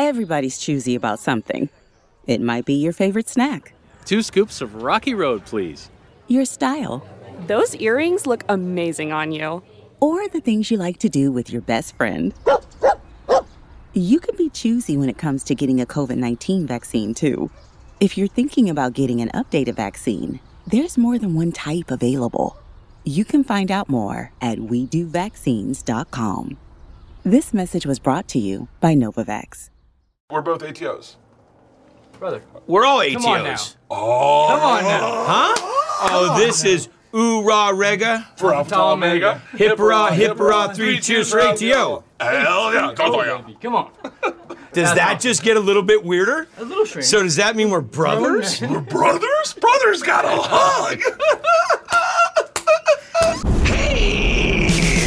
Everybody's choosy about something. It might be your favorite snack, Two scoops of Rocky Road, please. your style, Those earrings look amazing on you. or the things you like to do with your best friend. You can be choosy when it comes to getting a COVID 19 vaccine, too. If you're thinking about getting an updated vaccine, there's more than one type available. You can find out more at WeDoVaccines.com. This message was brought to you by Novavax. We're both ATOs. Brother, We're all ATOs. come on now. Oh, Come on now. Huh? Oh, this is ooh rah rega. for Alpha Omega. Hip rah, hip rah, three cheers for ATO. Hell yeah, go for it. Baby, come on. Does that just get a little bit weirder? A little shrink. So does that mean we're brothers? We're brothers? Brothers got a hug.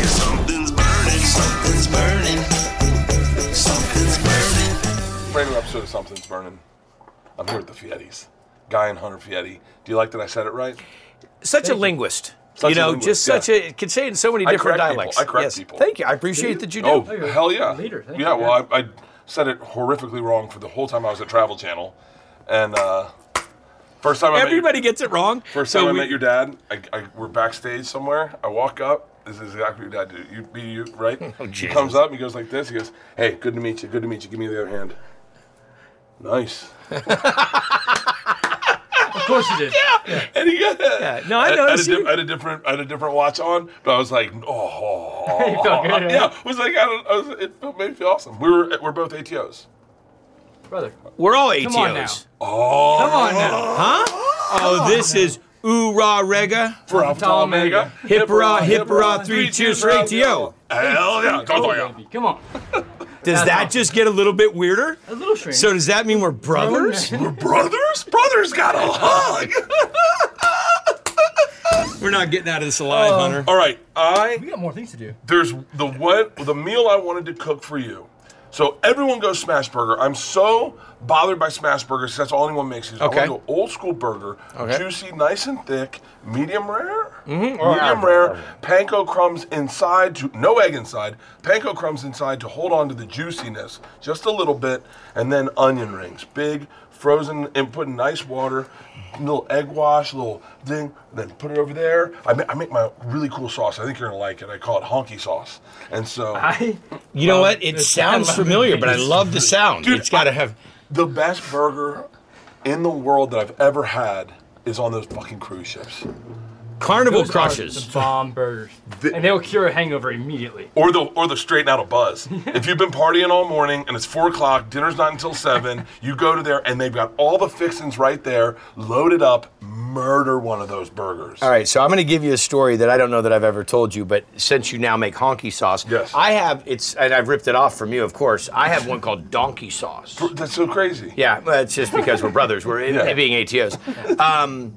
Something's burning, something's burning, something's burning. Brand new episode of Something's Burning. I'm here with the Fiettis. Guy and Hunter Fietti. Do you like that I said it right? Such a linguist. Such you a know, linguist, just such yeah. a can say it in so many I different correct people, dialects. I correct yes. people. Thank you. I appreciate that you do. Oh, hell yeah. leader. Thank yeah, you. well, I, I said it horrifically wrong for the whole time I was at Travel Channel. And uh, first time I met your- Everybody gets it wrong. First So time I we- met your dad, I, I, we're backstage somewhere. I walk up. This is exactly what your dad did. You be you, right? he Oh, Jesus. comes up. He goes like this. He goes, "Hey, good to meet you. Good to meet you. Give me the other hand." Nice. Of course you did. And he got no, I had, a noticed di- you- I had a different. I had a different watch on, but I was like, "Oh, You felt good, right? yeah." It was like I don't. I was, it felt- made me feel awesome. We were we're both ATOs. Brother, We're all ATOs. come on now. Oh, Come on now. Huh? Oh, this is ooh rah rega. for Alpha Tau Omega. Hip hurrah, hip hurrah, three cheers for ATO. Hell yeah, go for it. Baby, come on. Does that just get a little bit weirder? A little shrink. So does that mean we're brothers? We're brothers. Brothers got a hug. We're not getting out of this alive, Oh. Hunter. All right, I we got more things to do. there's the what the meal I wanted to cook for you. So everyone goes smash burger. I'm so bothered by smash burgers. 'cause That's all anyone makes. Is I Okay. want to go old school burger, Okay. juicy, nice and thick, medium rare, medium rare, panko crumbs inside, to, no egg inside, panko crumbs inside to hold on to the juiciness just a little bit, and then onion rings, big, frozen, and put in nice water, little egg wash, little thing, then put it over there. I, ma- I make my really cool sauce. I think you're gonna like it. I call it honky sauce, and so. I, You know what? It sounds familiar, but I love the sound. Dude, it's got to have. The best burger in the world that I've ever had is on those fucking cruise ships. Carnival those are Oh, crushes. The bomb burgers. and they'll cure a hangover immediately. Or the or the straighten out a buzz. if you've been partying all morning and it's four o'clock, dinner's not until seven, you go to there and they've got all the fixings right there, loaded up, murder one of those burgers. All right, so I'm going to give you a story that I don't know that I've ever told you, but since you now make honky sauce, Yes. I have it's and I've ripped it off from you, of course. I have one called donkey sauce. That's so crazy. Yeah, well, it's just because we're brothers. We're Yeah. being ATOs. Um,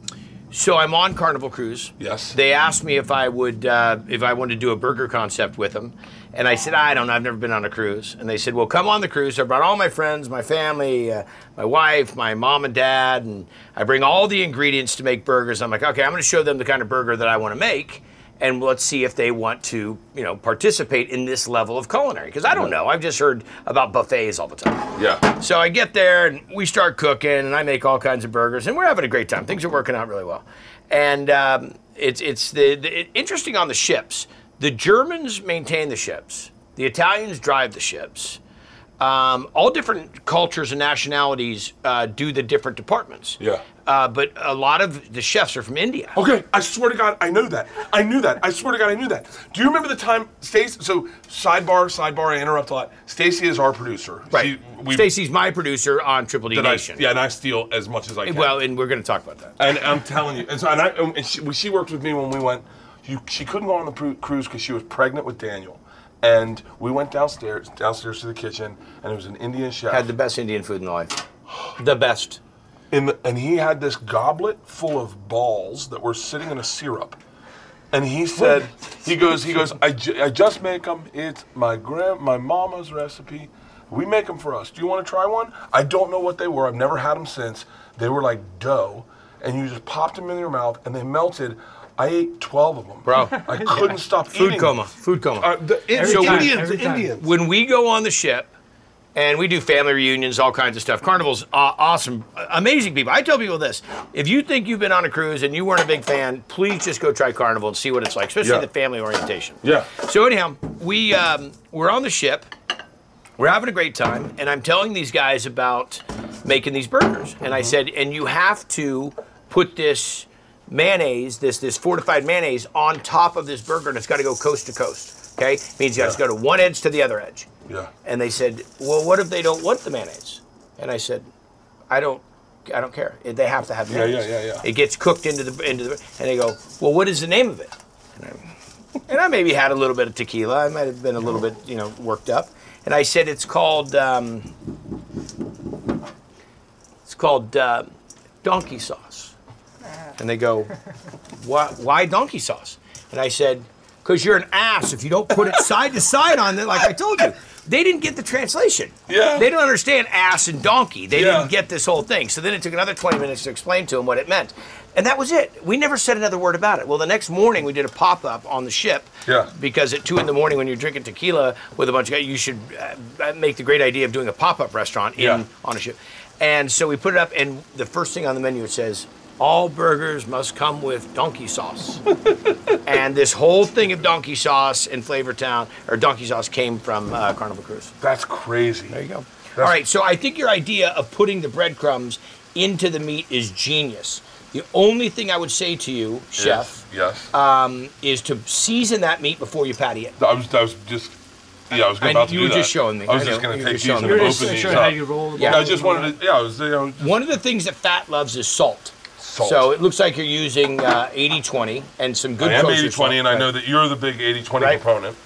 so I'm on Carnival Cruise. Yes. They asked me if I would uh, if I wanted to do a burger concept with them, and I said I don't. know. I've never been on a cruise. And they said, Well, come on the cruise. I brought all my friends, my family, uh, my wife, my mom and dad, and I bring all the ingredients to make burgers. I'm like, okay, I'm going to show them the kind of burger that I want to make. And let's see if they want to, you know, participate in this level of culinary. Because I don't know. I've just heard about buffets all the time. Yeah. So I get there and we start cooking, and I make all kinds of burgers, and we're having a great time. Things are working out really well, and um, it's it's the, the it- interesting on the ships. The Germans maintain the ships. The Italians drive the ships. Um, all different cultures and nationalities uh, do the different departments. Yeah. Oh, Uh, but a lot of the chefs are from India. Okay, I swear to God, I know that. I knew that. I swear to God, I knew that. Do you remember the time Stacey? So sidebar, sidebar. I interrupt a lot. Stacy is our producer. Right. She- we- Stacy's my producer on Triple D that I, Nation. yeah, and I steal as much as I can. Well, and we're going to talk about that. And I'm telling you, and, so, and, I, and she, she worked with me when we went. You, she couldn't go on the pru- cruise because she was pregnant with Daniel, and we went downstairs, downstairs to the kitchen, and it was an Indian chef. Had the best Indian food in life. The best. in the, and he had this goblet full of balls that were sitting in a syrup. And he said, he goes, he goes, I, ju- I just make them. It's my grand, my mama's recipe. We make them for us. Do you want to try one? I don't know what they were. I've never had them since. They were like dough, and you just popped them in your mouth, and they melted. I ate 12 of them. Bro. I couldn't stop Food eating. coma. Food coma. Uh, the, Every so time, Indians, every time. Indians. when we go on the ship, And we do family reunions, all kinds of stuff. Carnival's aw- awesome, uh, amazing people. I tell people this if you think you've been on a cruise and you weren't a big fan, please just go try Carnival and see what it's like, especially Yeah. the family orientation. Yeah. So, anyhow, we, um, we're on the ship. We're having a great time, and I'm telling these guys about making these burgers. And I said, and you have to put this mayonnaise, this this fortified mayonnaise, on top of this burger, and it's got to go coast to coast. Okay, means you got to go to one edge to the other edge. Yeah. And they said, well, what if they don't want the mayonnaise? And I said, I don't. I don't care. They have to have Yeah, mayonnaise. yeah, yeah, yeah. It gets cooked into the into the, and they go, well, what is the name of it? and I maybe had a little bit of tequila. I might have been a little bit, you know, worked up. And I said, it's called, um, it's called uh, donkey sauce. And they go, why, why donkey sauce? And I said, because you're an ass if you don't put it side to side on it, like I told you. They didn't get the translation. Yeah. They don't understand ass and donkey. They Yeah. didn't get this whole thing. So then it took another 20 minutes to explain to them what it meant. And that was it. We never said another word about it. Well, the next morning we did a pop up on the ship. Yeah. Because at two in the morning, when you're drinking tequila with a bunch of guys, you should uh, make the great idea of doing a pop up restaurant in Yeah. on a ship. And so we put it up, and the first thing on the menu it says, "All burgers must come with donkey sauce." and this whole thing of donkey sauce in Flavor Town or donkey sauce came from uh, Carnival Cruise. That's crazy. There There you go. All right, so I think your idea of putting the breadcrumbs into the meat is genius. The only thing I would say to you, chef, Yes. is to season that meat before you patty it. I was, I was just, yeah, I was I- about to you do were that. just showing me. I was I just know. going to You were take just these showing and me. You were open just these showing up. how you roll the Yeah, I balls just and all wanted to. Yeah, I was. You know, just- One of the things that fat loves is salt. Salt. So it looks like you're using uh, 80-20 and some good I am kosher 80 salt. 20, and I Right. know that you're the big 80 20 Right. proponent.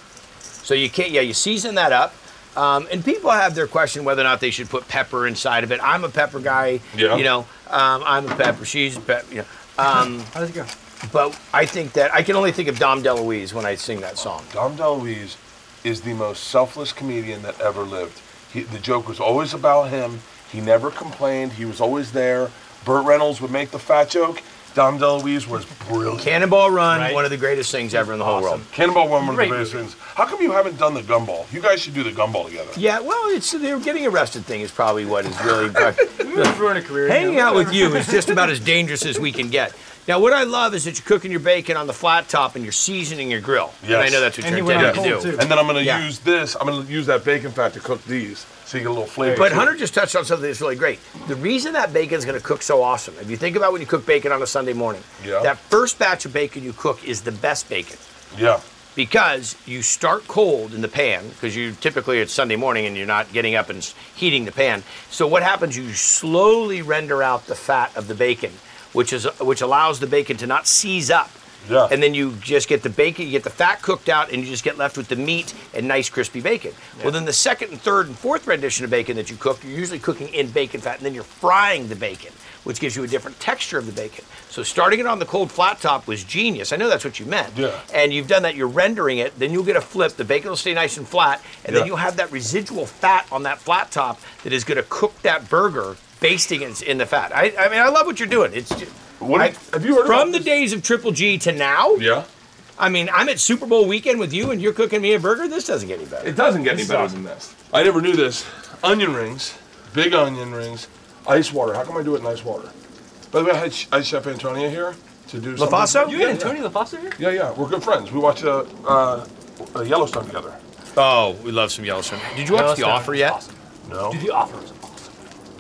So you can't, yeah, you season that up. Um, and people have their question whether or not they should put pepper inside of it. I'm a pepper guy, Yeah. you know. Um, I'm a pepper. She's a pepper, you know. Um, How does it go? But I think that I can only think of Dom DeLuise when I sing that song. Dom DeLuise is the most selfless comedian that ever lived. He, the joke was always about him. He never complained. He was always there. Burt Reynolds would make the fat joke. Dom DeLuise was brilliant. Cannonball Run, Right. one of the greatest things ever in the whole world. Cannonball Run, one of the Great greatest movie. things. How come you haven't done the gumball? You guys should do the gumball together. Yeah, well, it's the getting arrested thing is probably what is really. Let's ruin a career. Hanging now. out with you is just about as dangerous as we can get. Now, what I love is that you're cooking your bacon on the flat top and you're seasoning your grill. And I Yes. know that's what And you're you went intending on to cold, do. too. And then I'm going to Yeah. use this. I'm going to use that bacon fat to cook these so you get a little flavor. But to it. Hunter just touched on something that's really great. The reason that bacon's going to cook so awesome, if you think about when you cook bacon on a Sunday morning, Yeah. that first batch of bacon you cook is the best bacon Yeah. because you start cold in the pan because you typically it's Sunday morning and you're not getting up and s- heating the pan. So what happens? You slowly render out the fat of the bacon, which is which allows the bacon to not seize up. Yeah. And then you just get the bacon, you get the fat cooked out, and you just get left with the meat and nice crispy bacon. Well, then the second and third and fourth rendition of bacon that you cook, you're usually cooking in bacon fat, and then you're frying the bacon, which gives you a different texture of the bacon. So starting it on the cold flat top was genius. I know that's what you meant. Yeah. And you've done that, you're rendering it, then you'll get a flip, the bacon will stay nice and flat, and Yeah. then you'll have that residual fat on that flat top that is gonna cook that burger. Basting it in the fat. I, I mean, I love what you're doing. It's just, What- I- have you heard from about the this? days of Triple G to now? Yeah. I mean, I'm at Super Bowl weekend with you, and you're cooking me a burger. This doesn't get any better. It doesn't get any This better is than this. I never knew this. Onion rings, big onion rings, ice water. How come I do it in ice water? By the way, I had, Ch- I had Chef Antonio here to do something. Faso? You Yeah, and Antonio LaFosse here? Yeah, yeah. We're good friends. We watch uh, uh, uh, Yellowstone together. Oh, we love some Yellowstone. Did you watch The Yellowstone Offer is yet? Awesome. No. Dude, the offer was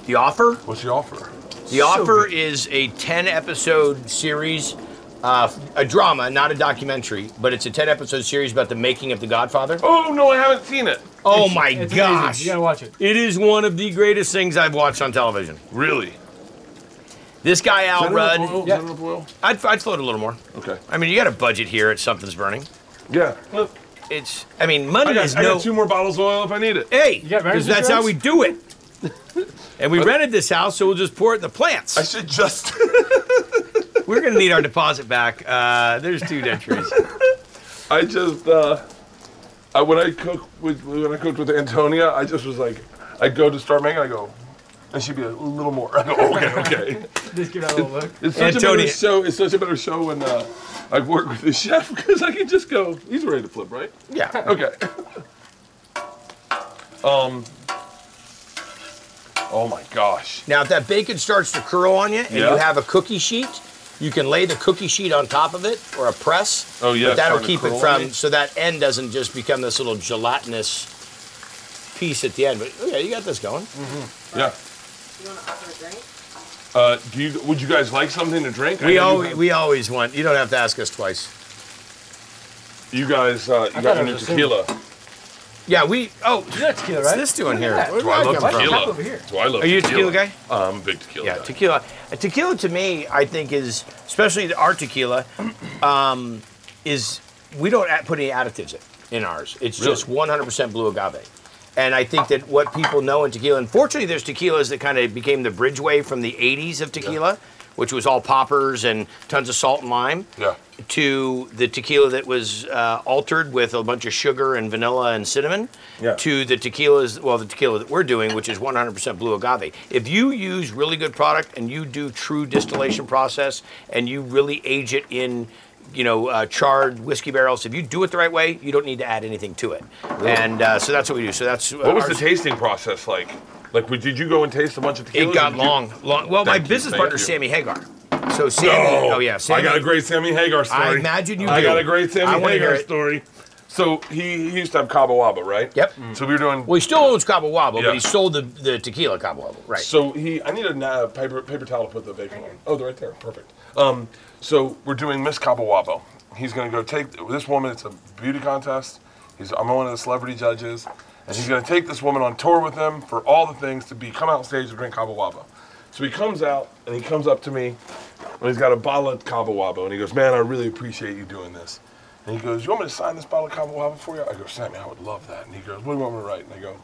The Offer? What's the offer? The Offer is a 10 episode series, uh, a drama, not a documentary, but it's a 10 episode series about the making of The Godfather. Oh, Oh no, I haven't seen it. my It's amazing. gosh. You gotta watch it. It is one of the greatest things I've watched on television. Really? This guy, Al Rudd, Boil? Yeah. Is that boil? I'd, I'd float a little more. Okay. I mean, you got a budget here at Something's Burning. Yeah. Look, It's, I mean, money I got, is I no. got two more bottles of oil if I need it. Hey, got marriage because that's how we do it. And we rented this house, so we'll just pour it in the I plants. should just. We're gonna need our deposit back. Uh, there's two dentures. I just. Uh, I, when I cook with when I cooked with Antonia, I just was like, I go to start making, I go, and she'd be like, a little more. I go, okay, okay. Just give it a little look. It's such a Antonio. better show. It's such a better show when uh, I work with the chef because I can just go. He's ready to flip, right? yeah. Okay. um, Oh my gosh. Now, if that bacon starts to curl on you and Yeah. you have a cookie sheet, you can lay the cookie sheet on top of it or a press. Oh, yeah, But it's that'll starting to keep it curl on me. from, so that end doesn't just become this little gelatinous piece at the end. But oh, yeah, you got this going. Mm-hmm. Yeah. Uh, do you, would you guys like something to drink? I We, know you always, we always want, you don't have to ask us twice. have- You guys, uh, you thought got it your was a tequila. Yeah, we, oh, You got tequila, what's right? this doing here? that. Where did Do I that love come from? tequila? Over here. Do I love Are you a tequila guy? Uh, I'm a big tequila Yeah, guy. tequila. Uh, Tequila to me, I think is especially our tequila, um, is we don't add, put any additives in, in ours. It's Really? just 100% blue agave. And I think that what people know in tequila, unfortunately, there's tequilas that kind of became the bridgeway from the 80s of tequila, which was all poppers and tons of salt and lime, Yeah. to the tequila that was uh, altered with a bunch of sugar and vanilla and cinnamon, Yeah. to the tequilas, well, the tequila that we're doing, which is 100% blue agave. If you use really good product and you do true distillation process and you really age it in, you know, uh, charred whiskey barrels, if you do it the right way, you don't need to add anything to it. And uh, so that's what we do. So that's uh, What was the ours- tasting process like? Like, w- did you go and taste a bunch of tequila? It got Did you- long, long. Well, my Thank you, business thank partner you. Sammy Hagar. So No. Sammy, oh yeah, Sammy. I got a great Sammy Hagar story. I imagine you I do. got a great I Sammy wanna hear Hagar it. story. So he, he used to have Cabo Wabo, right? Yep. So we were doing. Well, he still owns Cabo Wabo, Yeah. but he sold the, the tequila Cabo Wabo, right? So he, I need a na- paper paper towel to put the bacon on. Oh, they're right there. Perfect. Um, so we're doing Miss Cabo Wabo. He's gonna go take this woman. It's a beauty contest. He's I'm one of the celebrity judges, and he's gonna take this woman on tour with him for all the things to be come out on stage and drink Cabo Wabo. So he comes out and he comes up to me, and he's got a bottle of Cabo Wabo, and he goes, "Man, I really appreciate you doing this." And he goes, "You want me to sign this bottle of Cabo Wabo for you?" I go, "Sammy, I would love that." And he goes, "What do you want me to write?" And I go,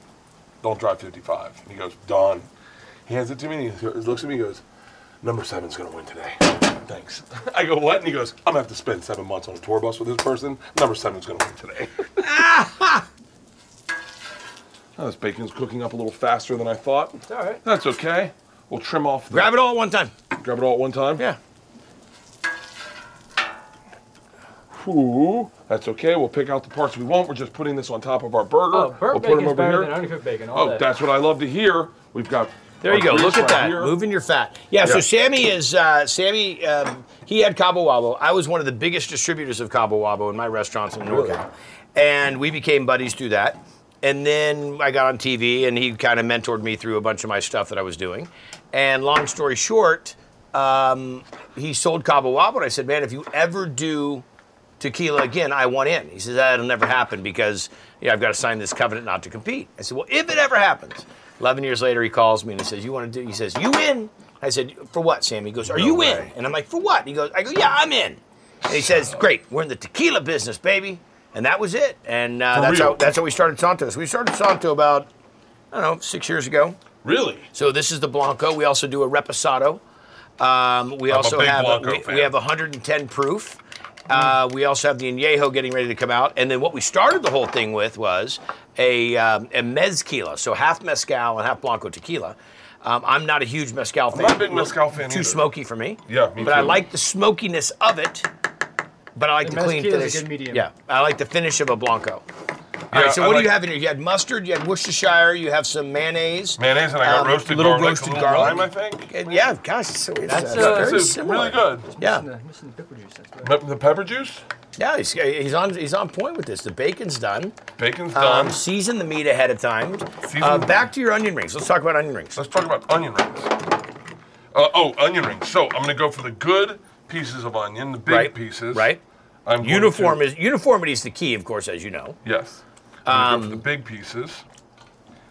"Don't drive 55." And he goes, "Done." He hands it to me and he goes- looks at me and goes, Number seven's gonna win today. Thanks. I go, What? And he goes, I'm gonna have to spend seven months on a tour bus with this person. Number seven's gonna win today. oh, this bacon's cooking up a little faster than I thought. All right. That's okay. We'll trim off. the- Grab it all at one time. Grab it all at one time. Yeah. Ooh, that's okay. We'll pick out the parts we want. We're just putting this on top of our burger. Oh, we'll burnt put 'em bacon's over better here. than undercooked bacon. All oh, day. that's what I love to hear. We've got. There our you go. grease Look at right that. here. Moving your fat. Yeah, Yeah. So Sammy is uh, Sammy. Um, he had Cabo Wabo. I was one of the biggest distributors of Cabo Wabo in my restaurants in NorCal, and we became buddies through that. And then I got on TV, and he kind of mentored me through a bunch of my stuff that I was doing. And long story short, um, he sold Cabo Wabo, and I said, "Man, if you ever do tequila again, I want in. He says, that'll never happen because you know, I've got to sign this covenant not to compete. I said, well, if it ever happens. 11 years later, he calls me and he says, you want to do, he says, you in? I said, for what, Sam? He goes, are you in? And I'm like, for what? He goes, I go, yeah, I'm in. And he says, great, we're in the tequila business, baby. And that was it. And uh, For that's, real? how, that's how we started Santos. We started Santo about, I don't know, six years ago. Really? So this is the Blanco. We also do a Reposado. Um, we I'm a also big have Blanco we, we fan. have 110 proof. Uh, we also have the añejo getting ready to come out, and then what we started the whole thing with was a um, a mezquila, so half mezcal and half blanco tequila. Um, I'm not a huge mezcal fan. not a big mezcal fan Too either. smoky for me. Yeah, me but I too. like the smokiness of it. But I like the, The clean mezquila's a finish. good medium. Yeah, I like the finish of a blanco. All Yeah, right, so I what do you like- have in here? You had mustard, you had Worcestershire, you have some mayonnaise. Mayonnaise and I got Um, roasted little garlic, roasted a little garlic. lime, I think. And yeah, gosh, so it's, That's, uh, uh, very This is similar. really good. Missing Yeah, the, missing the pepper juice. That's good. Pe- The pepper juice, yeah, he's, uh, he's on he's on point with this. The bacon's done. bacon's Um, done. season the meat ahead of time. Season Uh, the- back to your onion rings. Let's talk about onion rings. Let's talk about onion rings. Uh, oh, onion rings. So I'm gonna go for the good pieces of onion, the big Right, pieces. right. I'm going Uniform to- is uniformity is the key, of course, as you know. yes. I'm gonna go for the big pieces.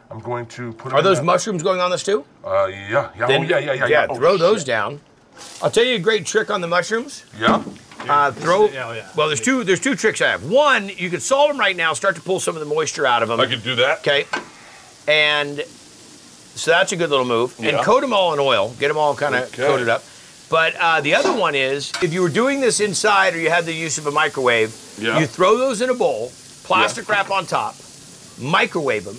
I'm going to put. 'em Um, Are in those that- mushrooms going on this too? Uh, yeah, yeah. Then- oh, yeah, yeah, yeah. Yeah, Oh, throw those shit. down. I'll tell you a great trick on the mushrooms. Yeah. Uh, throw. yeah, oh, yeah. Well, there's two. There's two tricks I have. One, you could solve them right now. Start to pull some of the moisture out of them. I could do that. Okay. And so that's a good little move. Yeah. And coat them all in oil. Get them all kind of Okay. coated up. But uh, the other one is if you were doing this inside or you had the use of a microwave, Yeah. you throw those in a bowl, plastic wrap on top, microwave them,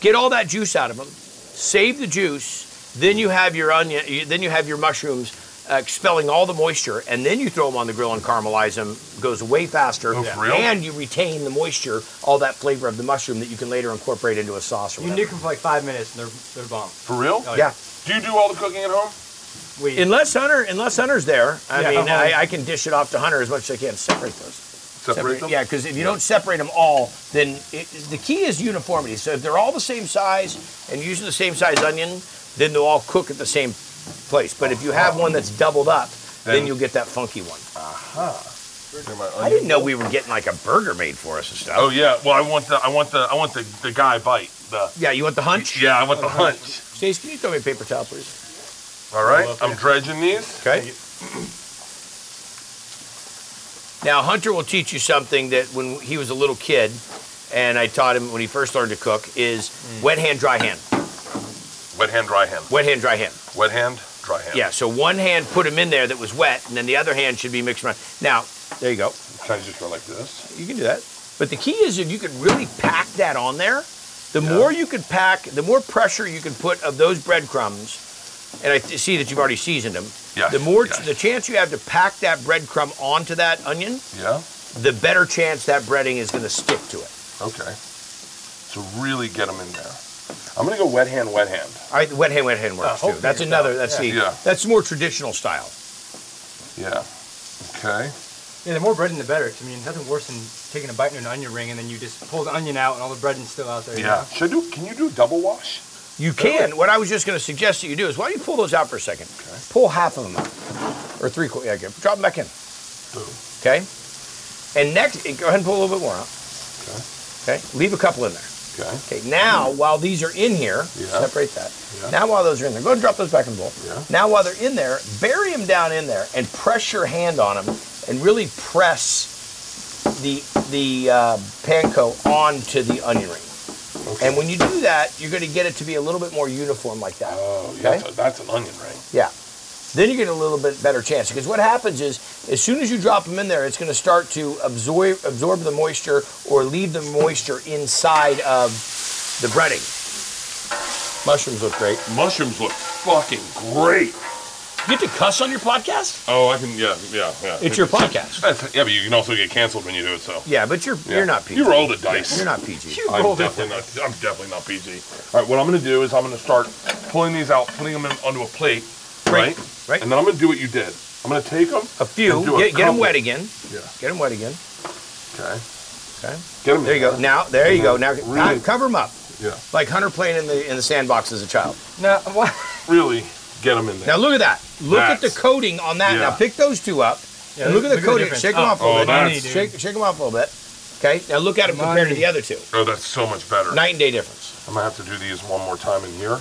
get all that juice out of them, save the juice, then you have your onion, you- then you have your mushrooms uh, expelling all the moisture, and then you throw them on the grill and caramelize them. Goes way faster, Oh, for real? and you retain the moisture, all that flavor of the mushroom that you can later incorporate into a sauce. Or You whatever. nuke them for like five minutes and they're they're bomb. For real? Oh, yeah. Do you do all the cooking at home? We Unless Hunter, unless Hunter's there, I Yeah. Uh-huh. mean, I, I can dish it off to Hunter as much as I can. Separate those. Separate them? Yeah, because if you don't separate them all, then it, the key is uniformity. So if they're all the same size and using the same size onion, then they'll all cook at the same place. But if you have one that's doubled up, then, Then- Uh-huh. you'll get that funky one. They're my I didn't know we were getting like a burger made for us and stuff. Oh yeah. Well, I want the I want the I want the, the guy bite. The yeah, you want the hunch? yeah, I want the hunch. Stace, can you throw me a paper towel, please? All right, I'm dredging these. Okay. Now, Hunter will teach you something that when he was a little kid, and I taught him when he first learned to cook, is wet hand, dry hand. Wet hand, dry hand. Wet hand, dry hand. Wet hand, dry hand. Yeah, so one hand put them in there that was wet, and then the other hand should be mixed around. Now, there you go. Can I just go like this? You can do that. But the key is if you could really pack that on there, the more you could pack, the more pressure you can put of those breadcrumbs. And I th- see that you've already seasoned them. Yes, the more yes. the chance you have to pack that breadcrumb onto that onion, Yeah. the better chance that breading is going to stick to it. Okay. So really get them in there. I'm gonna go wet hand, wet hand. All right, the wet hand, wet hand works too. Uh, hopefully That's it's another. not. That's Yeah. the. Yeah. That's more traditional style. Yeah. Okay. Yeah, the more bread in the better. 'cause, I mean, nothing worse than taking a bite into an onion ring and then you just pull the onion out and all the bread is still out there. you Yeah. know? Should I do? Can you do double wash? You can. What I was just going to suggest that you do is why don't you pull those out for a second? Pull half of them out, or three quarters. Yeah, good. drop them back in. Okay. And next, go ahead and pull a little bit more out. Okay. Okay. Leave a couple in there. Okay. Okay. Now, while these are in here, Hmm. Yeah. separate that. Yeah. Now, while those are in there, go ahead and drop those back in the bowl. Yeah. Now, while they're in there, bury them down in there and press your hand on them and really press the the uh, panko onto the onion ring. Okay. And when you do that, you're going to get it to be a little bit more uniform like that. oh, yeah, okay? that's, a- that's an onion ring. Yeah. Then you get a little bit better chance because what happens is, as soon as you drop them in there, it's going to start to absorb absorb the moisture or leave the moisture inside of the breading. Mushrooms look great. Mushrooms look fucking great. You get to cuss on your podcast? Oh, I can. Yeah, yeah, yeah. It's your podcast. That's, yeah, but you can also get canceled when you do it. So Yeah, but you're Yeah. you're not PG. You roll the dice. You're not PG. I'm definitely not. I'm definitely not PG. All right, what I'm gonna do is I'm gonna start pulling these out, putting them in, onto a plate, Right, right? right. And then I'm gonna do what you did. I'm gonna take them. A few. And do a Get, get them couple. wet again. Yeah. Get them wet again. Okay. Okay. Get them. There you go. Now there you go. Now, now Really? cover them up Yeah. like Hunter playing in the in the sandbox as a child. Now, what? Really get them in there. Now look at that. Look at That's- the coating on that. yeah. Now pick those two up. Yeah, and look at the look at the coating. difference. shake them Oh, off a oh, little that's- bit. Shake, shake them off a little bit. Okay. Now look at them compared to Money. the other two. oh, that's so much better. Night and day difference. I'm gonna have to do these one more time in here.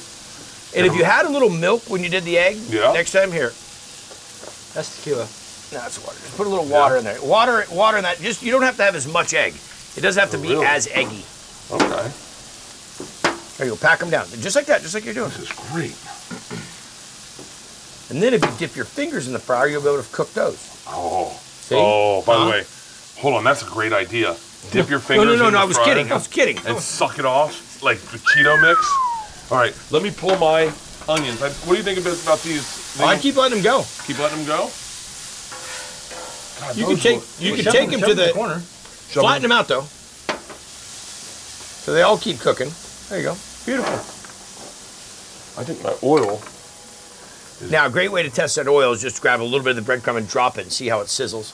And if you had a little milk when you did the egg, Yeah. next time here. That's tequila. No, that's water. Just put a little water Yeah. in there. Water, water in that. Just you don't have to have as much egg. It doesn't have to Oh, be really? as eggy. Okay. There you go. Pack them down, just like that, just like you're doing. This is great. And then if you dip your fingers in the fryer, you'll be able to cook those. Oh. See? Oh. By the Huh? way, hold on. That's a great idea. Dip your No, fingers. no, no, in the no. I was fryer. kidding. I was kidding. and suck it off like the Cheeto mix. All right, let me pull my onions. I, what do you think about, about these? I keep letting them go. keep letting them go. God, You can those take, look- you Well, can shove take 'em- them shove to 'em in the corner. shove Flatten them- them out though. So they all keep cooking. There you go. Beautiful. I think my oil. Now, a great way to test that oil is just grab a little bit of the breadcrumb and drop it and see how it sizzles.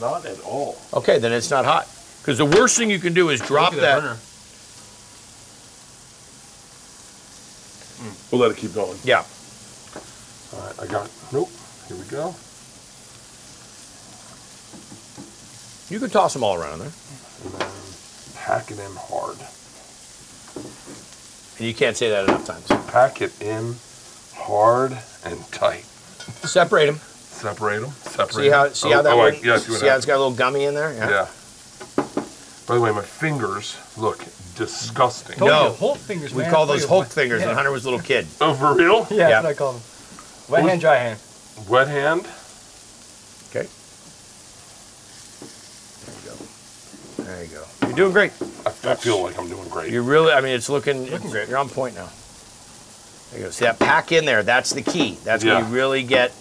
Not at all. Okay, then it's not hot. Because the worst thing you can do is drop Look at that. burner. We'll let it keep going. yeah. All right, I got. Nope. Here we go. You can toss them all around there. And then pack it in hard. And you can't say that enough times. Pack it in hard and tight. Separate them. Separate them. Separate. See how 'em. see Oh, how that oh, I- one, yeah, see see, what how it's happens. got a little gummy in there? Yeah. Yeah. By the way, my fingers look disgusting. Told No. you, Hulk fingers. We man. call Told those you. Hulk fingers Yeah. when Hunter was a little kid. Oh, for real? Yeah, Yeah. that's what I call them. Wet hand, dry hand. Wet hand. Okay. There you go. There you go. You're doing great. I, I feel like I'm doing great. You're really I mean it's looking, Looking great. you're on point now. There you go. See that pack in there? That's the key. That's where Yeah. you really get.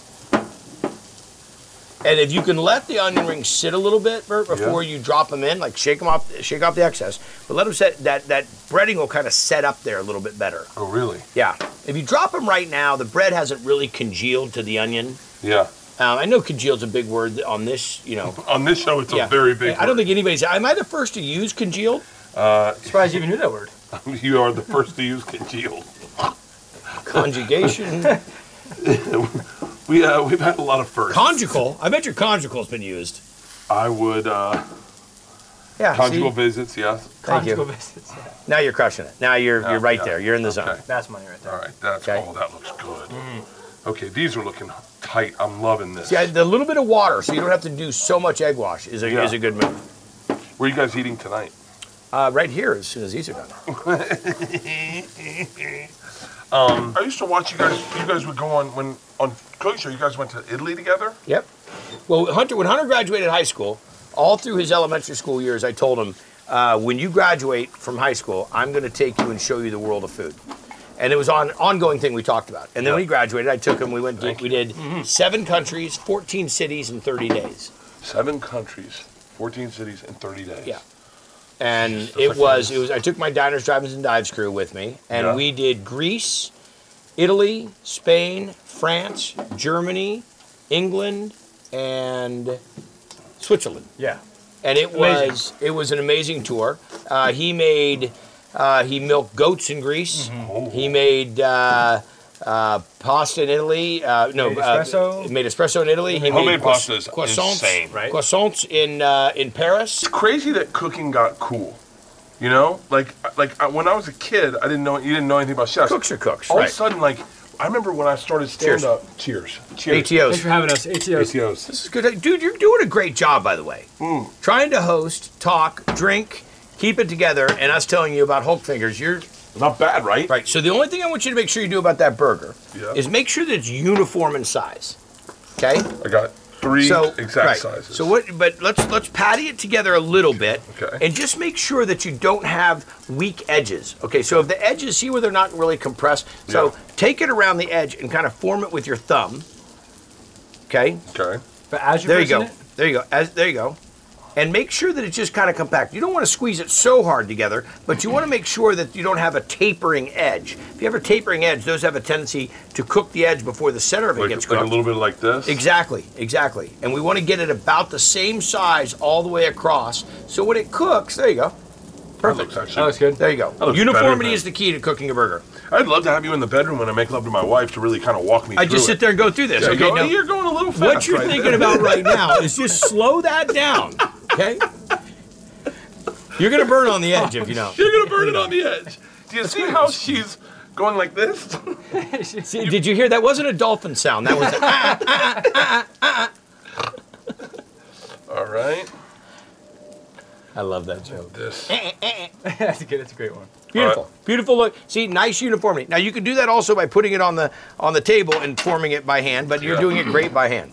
And if you can let the onion rings sit a little bit Bert, before you drop them in, like shake them off, shake off the excess, but let them set. That that breading will kind of set up there a little bit better. Oh, really? Yeah. If you drop them right now, the bread hasn't really congealed to the onion. Yeah. Um, I know congealed's a big word on this, you know. On this show, it's yeah. a very big. I don't word. think anybody's. Am I the first to use congealed? surprised you even knew that word. you are the first to use congealed. Conjugation. We uh, we've had a lot of firsts. Conjugal. I bet your conjugal's been used. I would uh, Yeah. conjugal see? visits. Yes. Thank you. Conjugal visits. Yeah. Now you're crushing it. Now you're Oh, you're right yeah. there. You're in the zone. Okay. That's money right there. All right. That's Okay. Mm. all. that looks good. Okay, these are looking tight. I'm loving this. Yeah, the little bit of water, so you don't have to do so much egg wash, is a, Yeah. is a good move. Where are you guys eating tonight? Uh, right here, as soon as these are done. I used to watch you guys. You guys would go on when on cooking show. You guys went to Italy together. Yep. Well, Hunter, when Hunter graduated high school, all through his elementary school years, I told him, uh, when you graduate from high school, I'm going to take you and show you the world of food. And it was on ongoing thing we talked about. And then when he graduated, I took him. We went. We did Mm-hmm. seven countries, 14 cities in 30 days. Seven countries, 14 cities in 30 days. Yeah. and that's it like was nice. it was I took my diners, drive-ins, and dives crew with me, and Yeah. we did Greece, Italy, Spain, France, Germany, England, and Switzerland. Yeah. And it Amazing. was it was an amazing tour. Uh, he made uh, he milked goats in Greece. Mm-hmm. He made. Uh, uh, pasta in Italy. Uh, no, Made uh, espresso. made espresso in Italy. He Homemade made croiss- pasta is croissants, insane, right? Croissants in uh, in Paris. Crazy that cooking got cool. You know, like like I, when I was a kid, I didn't know you didn't know anything about chefs. Cooks are cooks, All right. of a sudden, like I remember when I started stand Cheers. up. Cheers. Cheers. Thanks ATOs. for having us. ATOs. ATOs. This is good. Dude, you're doing a great job, by the way. Hmm. Trying to host, talk, drink, keep it together, and us telling you about Hulk fingers. You're Not bad, right? right. So the only thing I want you to make sure you do about that burger Yeah. is make sure that it's uniform in size. Okay. I got three So exact right. sizes. So what? But let's let's patty it together a little bit, Okay. and just make sure that you don't have weak edges. Okay. So if the edges, see where they're not really compressed. So Yeah. take it around the edge and kind of form it with your thumb. Okay. Okay. But as you're There you go. pressing There you go. As there you go. And make sure that it's just kind of compact. You don't want to squeeze it so hard together, but you want to make sure that you don't have a tapering edge. If you have a tapering edge, those have a tendency to cook the edge before the center of it Like, gets like a cooked. little bit like this. exactly, exactly. And we want to get it about the same size all the way across. So when it cooks, there you go. That Perfect. looks actually. That looks good. There you go. looks better Uniformity than- is the key to cooking a burger. I'd love to have you in the bedroom when I make love to my wife to really kind of walk me I through just sit it. there and go through this. Yeah, okay, you go, now- you're going a little fast. What you're right thinking there." about right now is just slow that down, okay? You're gonna burn on the edge if you don't. You're gonna burn it on the edge. Do you see how she's going like this? See, did you hear that? Wasn't a dolphin sound. That was. A, All right. I love that joke. This. it. That's good. That's a great one. Beautiful, All beautiful look. See, nice uniformity. Now you can do that also by putting it on the on the table and forming it by hand, but you're Yeah. doing it great by hand.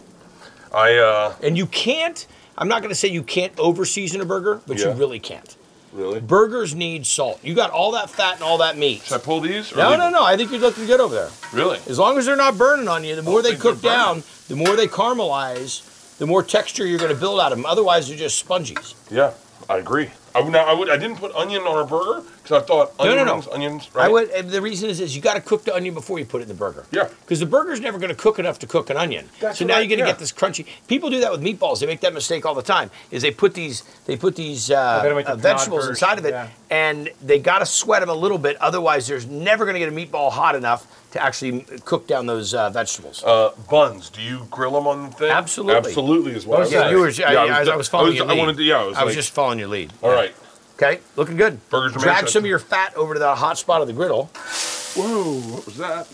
I uh. And you can't. I'm not gonna say you can't over season a burger, but you Yeah. really can't. Really? Burgers need salt. You got all that fat and all that meat. Should I pull these? or No, leave no, them? no. I think you're looking good over there. Really? As long as they're not burning on you, the more they think they're cook down, the more they caramelize, the more texture you're going to build out of them. Otherwise, they're just sponges. Yeah, I agree. I would now I would I didn't put onion on a burger because I thought no, onion no. rings, onions. Right? I would. and The reason is, is you got to cook the onion before you put it in the burger. Yeah. Because the burger's never going to cook enough to cook an onion. That's so now what I- you're going to yeah. get this crunchy. People do that with meatballs. They make that mistake all the time. Is they put these they put these uh, gotta make the uh, vegetables panade first, inside of it, yeah. and they got to sweat them a little bit. Otherwise, there's never going to get a meatball hot enough to actually cook down those uh, vegetables. Uh, buns. Do you grill them on the thing? Absolutely. Oh, Absolutely is what. I was Yeah, saying. you were, I, I, was, I was following I, your I lead. wanted to. Yeah, I was, like, just following your lead. All right. Okay, looking good. Burgers are Drag made so- some of your fat over to the hot spot of the griddle. Whoa! What was that?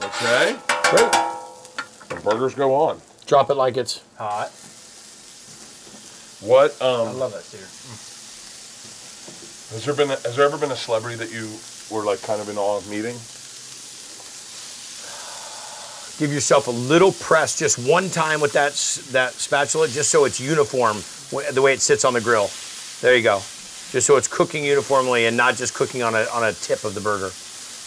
Okay. Great. The burgers go on. Drop it like it's. Hot. What? I Um, love that too. has there been? A, has there ever been a celebrity that you were like kind of in awe of meeting? Give yourself a little press just one time with that s- that spatula, just so it's uniform wh- the way it sits on the grill. There you go. Just so it's cooking uniformly and not just cooking on a, on a tip of the burger.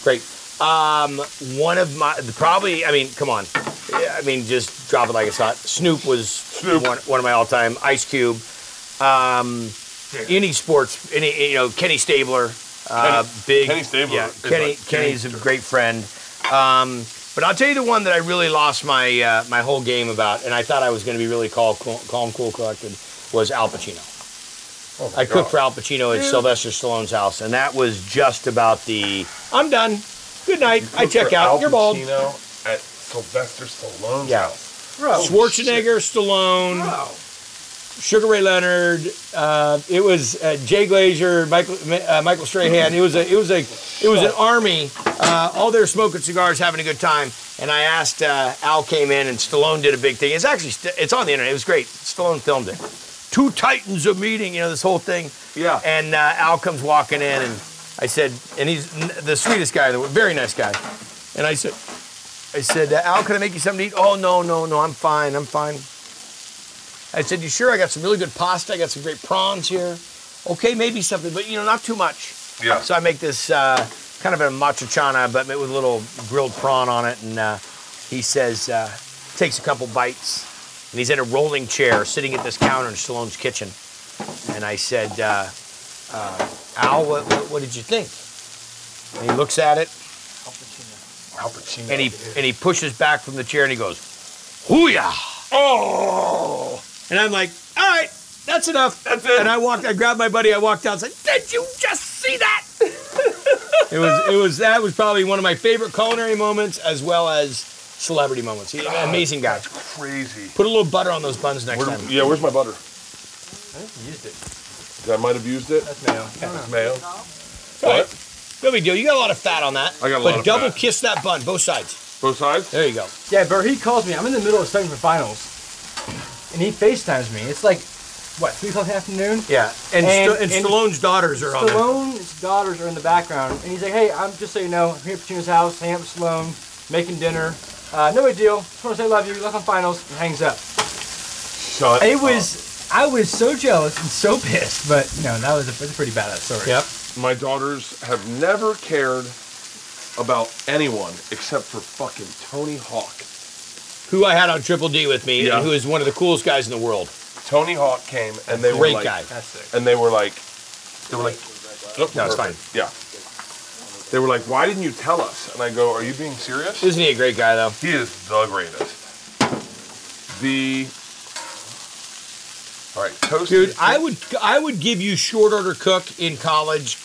Great. Um, one of my probably, I mean, come on, Yeah, I mean, just drop it like it's hot. Snoop was One, one of my all-time. Ice Cube, um, any sports, any you know, Kenny Stabler, uh, Kenny- big Kenny Stabler Yeah, is Kenny, like- Kenny's a great friend. Um, but I'll tell you the one that I really lost my uh, my whole game about, and I thought I was going to be really calm, cool, calm, cool, collected, was Al Pacino. oh I cooked for Al Pacino at Sylvester Stallone's house, and that was just about the. I'm done. Good night. I Cooked check for out. Al You're bald. Pacino at Sylvester Stallone's Yeah. house. Schwarzenegger, Stallone, Sugar Ray Leonard. Uh, it was uh, Jay Glazer, Michael uh, Michael Strahan. It was a it was a it was an army. Uh, all there smoking cigars, having a good time. And I asked uh, Al came in, and Stallone did a big thing. It's actually st- it's on the internet. It was great. Stallone filmed it. Two titans of meeting. You know this whole thing. Yeah. And uh, Al comes walking in, and I said, and he's n- the sweetest guy, in the world, very nice guy. And I said, I said, uh, Al, can I make you something to eat? Oh, no, no, no, I'm fine, I'm fine. I said, you sure? I got some really good pasta. I got some great prawns here. Okay, maybe something, but you know, not too much. Yeah. So I make this uh, kind of a matriciana, but with a little grilled prawn on it. And uh, he says, uh, takes a couple bites, and he's in a rolling chair sitting at this counter in Stallone's kitchen. And I said, uh, uh, Al, what, what, what did you think? And he looks at it, Al Pacino. and he and he pushes back from the chair and he goes, "Hooyah!" Oh! And I'm like, "All right, that's enough." That's it. And I walked. I grabbed my buddy. I walked out. and Said, "Did you just see that?" it was. It was. That was probably one of my favorite culinary moments, as well as celebrity moments. He's an amazing guy. Crazy. Put a little butter on those buns next Where- time. yeah, where's my butter? Used it. I might have used it. That's mayo. Mayo. All What? right. No big deal. You got a lot of fat on that. I got a but lot of double fat. kiss that bun, both sides. Both sides? There you go. Yeah, but he calls me. I'm in the middle of studying for finals, and he FaceTimes me. It's like, what, three o'clock in the afternoon? Yeah. And And- Sta- and, and- Stallone's daughters are on there. Stallone's daughters are in the background, and he's like, "Hey, I'm just so you know, I'm here at Pacino's house, hanging out with Stallone, making dinner. Uh, no big deal. Just want to say love you. Luck on finals." And hangs up. Shut It was, I was so jealous and so pissed, but no, that was a, that's a pretty badass story. Yep. up. My daughters have never cared about anyone except for fucking Tony Hawk. who I had on Triple D with me, Yeah. and who is one of the coolest guys in the world. Tony Hawk came and they Great were like, guy. That's sick. and they were like, they were like, oh, No, it's perfect. Yeah. They were like, why didn't you tell us? And I go, are you being serious? Isn't he a great guy though? He is the greatest. The. All right, toasted. Dude, I would I would give you short order cook in college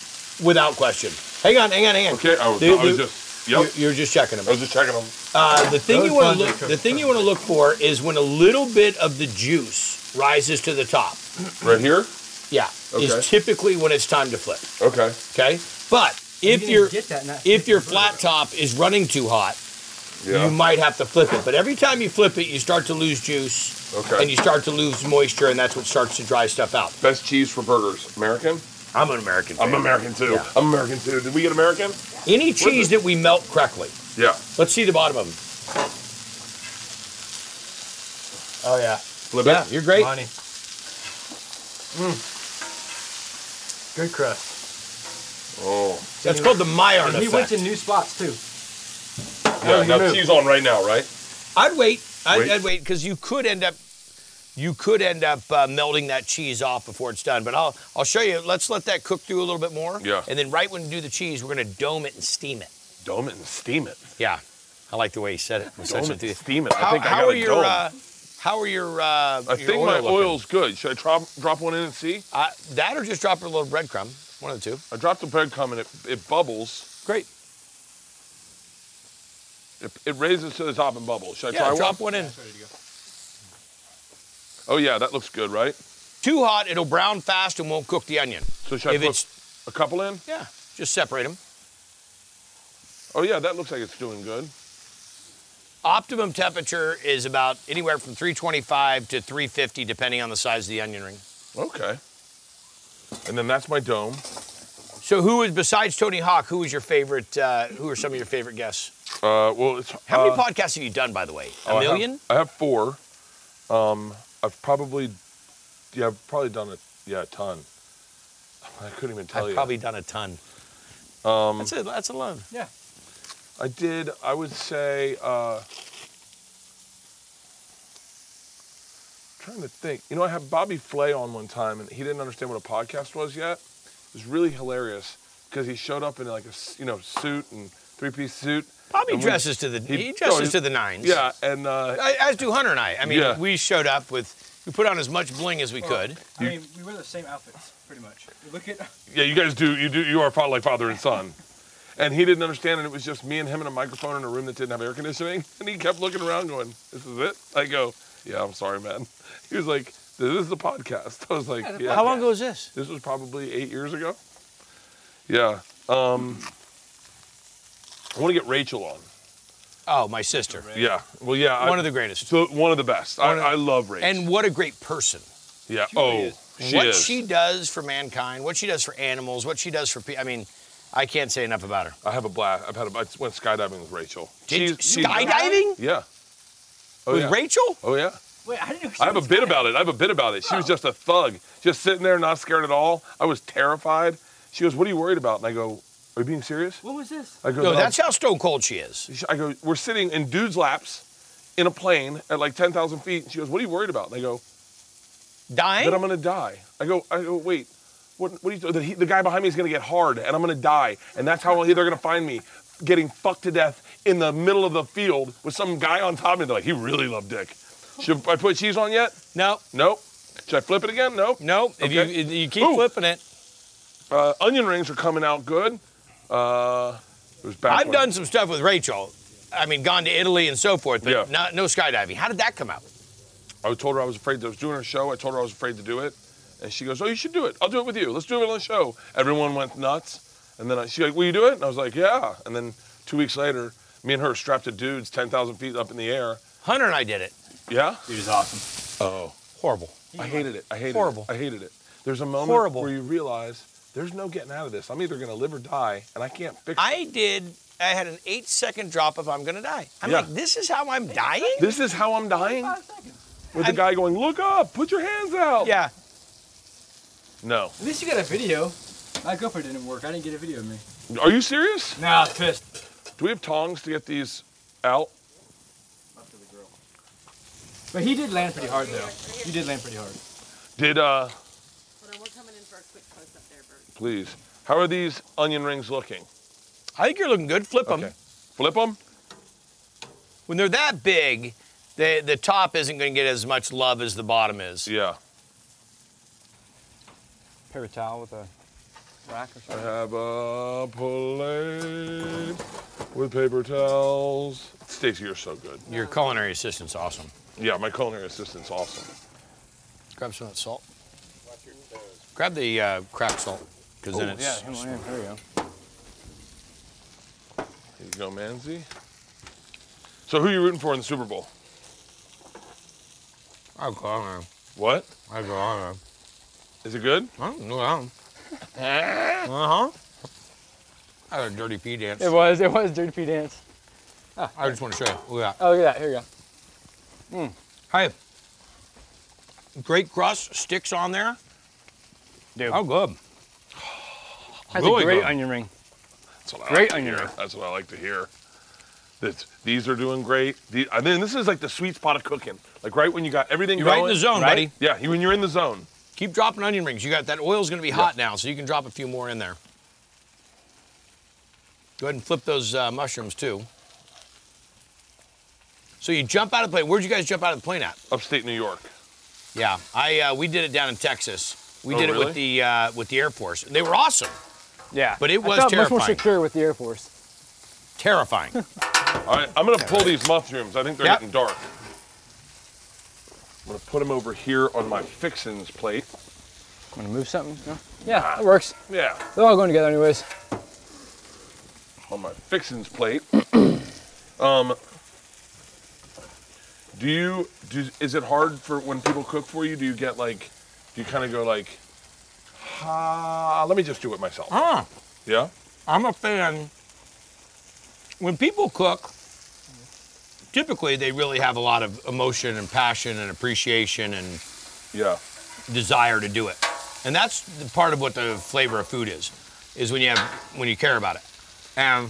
without question. Hang on, hang on, hang on. Okay, I was, Dude, I was dude, just. Yep. You're, you're just checking I them. was just checking them. Uh, the thing Those you want buns to are look the cooked. thing you want to look for is when a little bit of the juice rises to the top. Right here? Yeah, Okay. is typically when it's time to flip. Okay. Okay, but if didn't your get that in that if your freaking flat burger. top is running too hot, Yeah. you might have to flip it. But every time you flip it, you start to lose juice, Okay. and you start to lose moisture, and that's what starts to dry stuff out. Best cheese for burgers. American? I'm an American. I'm American too. Yeah. I'm American too. Did we get American? Any cheese that we melt correctly. Yeah. Let's see the bottom of them. Oh yeah. Flip Yeah, it. you're great. Money. Mm. Mm. Good crust. Oh. That's called the Maillard And he went effect. to new spots too. Yeah, you now move. cheese on right now, right? I'd wait. I'd Wait. I'd wait because you could end up you could end up uh, melting that cheese off before it's done. But I'll I'll show you. Let's let that cook through a little bit more. Yeah. And then right when you do the cheese, we're gonna dome it and steam it. Dome it and steam it. Yeah. I like the way you said it. With such Dome it and steam it. I How, think I how got are a your dome. uh, how are your uh, I your think oil my looking? oil's good. Should I drop, drop one in and see? uh, that or just drop a little breadcrumb. One of the two. I dropped the breadcrumb and it, it bubbles. Great. It, it raises to the top and bubbles. Should I Yeah, try drop one? one in. Oh yeah, that looks good, right? Too hot, it'll brown fast and won't cook the onion. So should I If put it's- a couple in? Yeah, just separate them. Oh yeah, that looks like it's doing good. Optimum temperature is about anywhere from 325 to 350, depending on the size of the onion ring. Okay. And then that's my dome. So, who is besides Tony Hawk? Who is your favorite? Uh, who are some of your favorite guests? Uh, well, it's How uh, many podcasts have you done, by the way? A oh, I have- million. I have, four. Um, I've probably yeah, I've probably done it. Yeah, a ton. I couldn't even tell I've you. probably done a ton. Um, that's it. That's a lot. Yeah. I did. I would say. Uh, trying to think. You know, I had Bobby Flay on one time, and he didn't understand what a podcast was yet. It was really hilarious because he showed up in like a s- you know suit and three piece suit. Bobby and we- dresses to the he, no, dresses he- to the nines. Yeah, and uh, I- as do Hunter and I. I mean, Yeah. Oh. we showed up with we put on as much bling as we could. I mean, we wear the same outfits pretty much. You look at yeah, you guys do. You do. You are fa- like father and son. And he didn't understand, and it was just me and him and a microphone in a room that didn't have air conditioning. And he kept looking around, going, "This is it." I go, "Yeah, I'm sorry, man." He was like, "This is the podcast." I was like, "Yeah." How long ago was this? This was probably eight years ago. Yeah. Um, I want to get Rachel on. Oh, my sister, Yeah. Well, yeah. one I, of the greatest, so one of the best. I, One of- I love Rachel. and what a great person. yeah. really oh, is. she what is. she does for mankind, what she does for animals, what she does for people. I mean, I can't say enough about her. I have a blast. I've had. A, I just went skydiving with Rachel. Did She's- she's- skydiving Yeah. Oh with yeah. Rachel? oh yeah. Wait, I didn't know. she I have a was bit fat. about it. I have a bit about it. She was just a thug, just sitting there, not scared at all. I was terrified. She goes, "What are you worried about?" And I go, "Are you being serious?" When was this? I go, No, "No, that's how stone cold she is. She- I go, we're sitting in dudes' laps in a plane at like 10,000 feet. And she goes, what are you worried about? And I go, that I'm Dying. going to die. I go, I go, wait, what, what are you, the, he, the guy behind me is going to get hard and I'm going to die. And that's how they're going to find me getting fucked to death in the middle of the field with some guy on top of me. They're like, he really loved dick. Should I put cheese on yet? No, Nope. Should I flip it again? Nope. no. If you Okay. if you keep Ooh. flipping it, Uh, onion rings are coming out good. Uh, it was back I've when- done some stuff with Rachel. I mean, gone to Italy and so forth, but Yeah. not, no skydiving. How did that come out? I told her I was afraid. I was doing her show. I told her I was afraid to do it, and she goes, "Oh, you should do it. I'll do it with you. Let's do it on the show." Everyone went nuts, and then I, she like, "Will you do it?" And I was like, "Yeah." And then two weeks later, me and her strapped to dudes ten thousand feet up in the air. Hunter and I did it. Yeah. It was awesome. Oh, Horrible. I hated it. I hated Horrible. it. I hated it. There's a moment Horrible. where you realize there's no getting out of this. I'm either gonna live or die, and I can't fix it. I did. I had an eight second drop of I'm gonna die. I'm Yeah. like, this is how I'm dying. This is how I'm dying. With the I'm- guy going, "Look up. Put your hands out." Yeah. No. At least you got a video. My GoPro didn't work. I didn't get a video of me. Are you serious? Nah, I was pissed. Do we have tongs to get these out? But he did land pretty hard though. He did land pretty hard. Did uh? Hold on, we're coming in for a quick close up there, Bert. Please. How are these onion rings looking? I think you're looking good. Flip Um, them. Okay. Flip them? When they're that big, the the top isn't gonna get as much love as the bottom is. Yeah. Paper towel with a rack or I something. have a plate with paper towels. Stacey, you're so good. Your culinary assistant's awesome. Yeah, my culinary assistant's awesome. Grab some of that salt. Grab the uh, cracked salt, because then it's Himalayan. There Oh, we go. Here you go, Manzi. So who are you rooting for in the Super Bowl? I'll go on. What? I'll go on. Is it good? I don't know. Uh huh. mm. Uh-huh. I had a dirty pee dance. It was. It was dirty pee dance. I just want to show you. Look at that. Oh, look at that. Here we go. Hey, great crust sticks on there. Dude. Oh, good. That's Really a great good. onion ring. That's what I Great like to onion hear. ring. That's what I like to hear. That these are doing great. The- and then this is like the sweet spot of cooking. Like right when you got everything You're right in going- the zone, buddy. Yeah, you- when you're in the zone. Keep dropping onion rings. You got that oil's going to be hot now, so you can drop a few more in there. Go ahead and flip those uh, mushrooms too. So you jump out of the plane. Where'd you guys jump out of the plane at? Upstate New York. Yeah, I uh, we did it down in Texas. We Oh, did it really? with the uh, with the Air Force. They were awesome, Yeah. But it was I felt much more terrifying. secure with the Air Force. terrifying. All right, I'm gonna pull these mushrooms. I think they're Yep. getting dark. I'm gonna put them over here on my fixins plate. I'm gonna move something. No? Yeah, it works. Yeah, They're all going together anyways. on my fixins plate. um, do you do? Is it hard for when people cook for you? Do you get like? Do you kind of go like? Ah, let me just do it myself. huh. Yeah. I'm a fan. When people cook, typically they really have a lot of emotion and passion and appreciation and Yeah. desire to do it. And that's the part of what the flavor of food is, is when you have when you care about it. And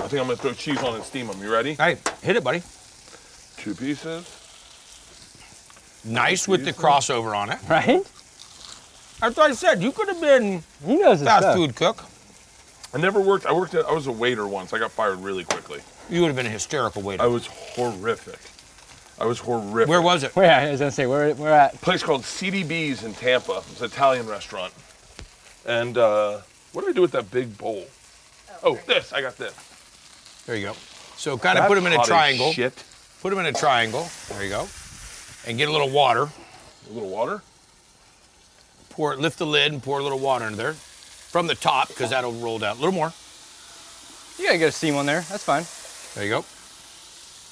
I think I'm gonna throw cheese on and steam them. You ready? hey, hit it, buddy. Two pieces. Nice with the crossover on it. Right? That's what I said. You could have been He knows his fast stuff. food cook. I never worked. I worked. At, I was a waiter once. I got fired really quickly. You would have been a hysterical waiter. I was horrific. I was horrific. Where was it? Wait, I was gonna say where we're at. place called CDB's in Tampa. It's an Italian restaurant. And uh, what did I do with that big bowl? Oh, this. I got this. There you go. So kind of put them in a That's hot as triangle. Shit. Put them in a triangle. There you go. And get a little water. A little water. Pour lift the lid and pour a little water into there from the top because that'll roll down. A little more. You gotta get a steam on there. That's fine. There you go.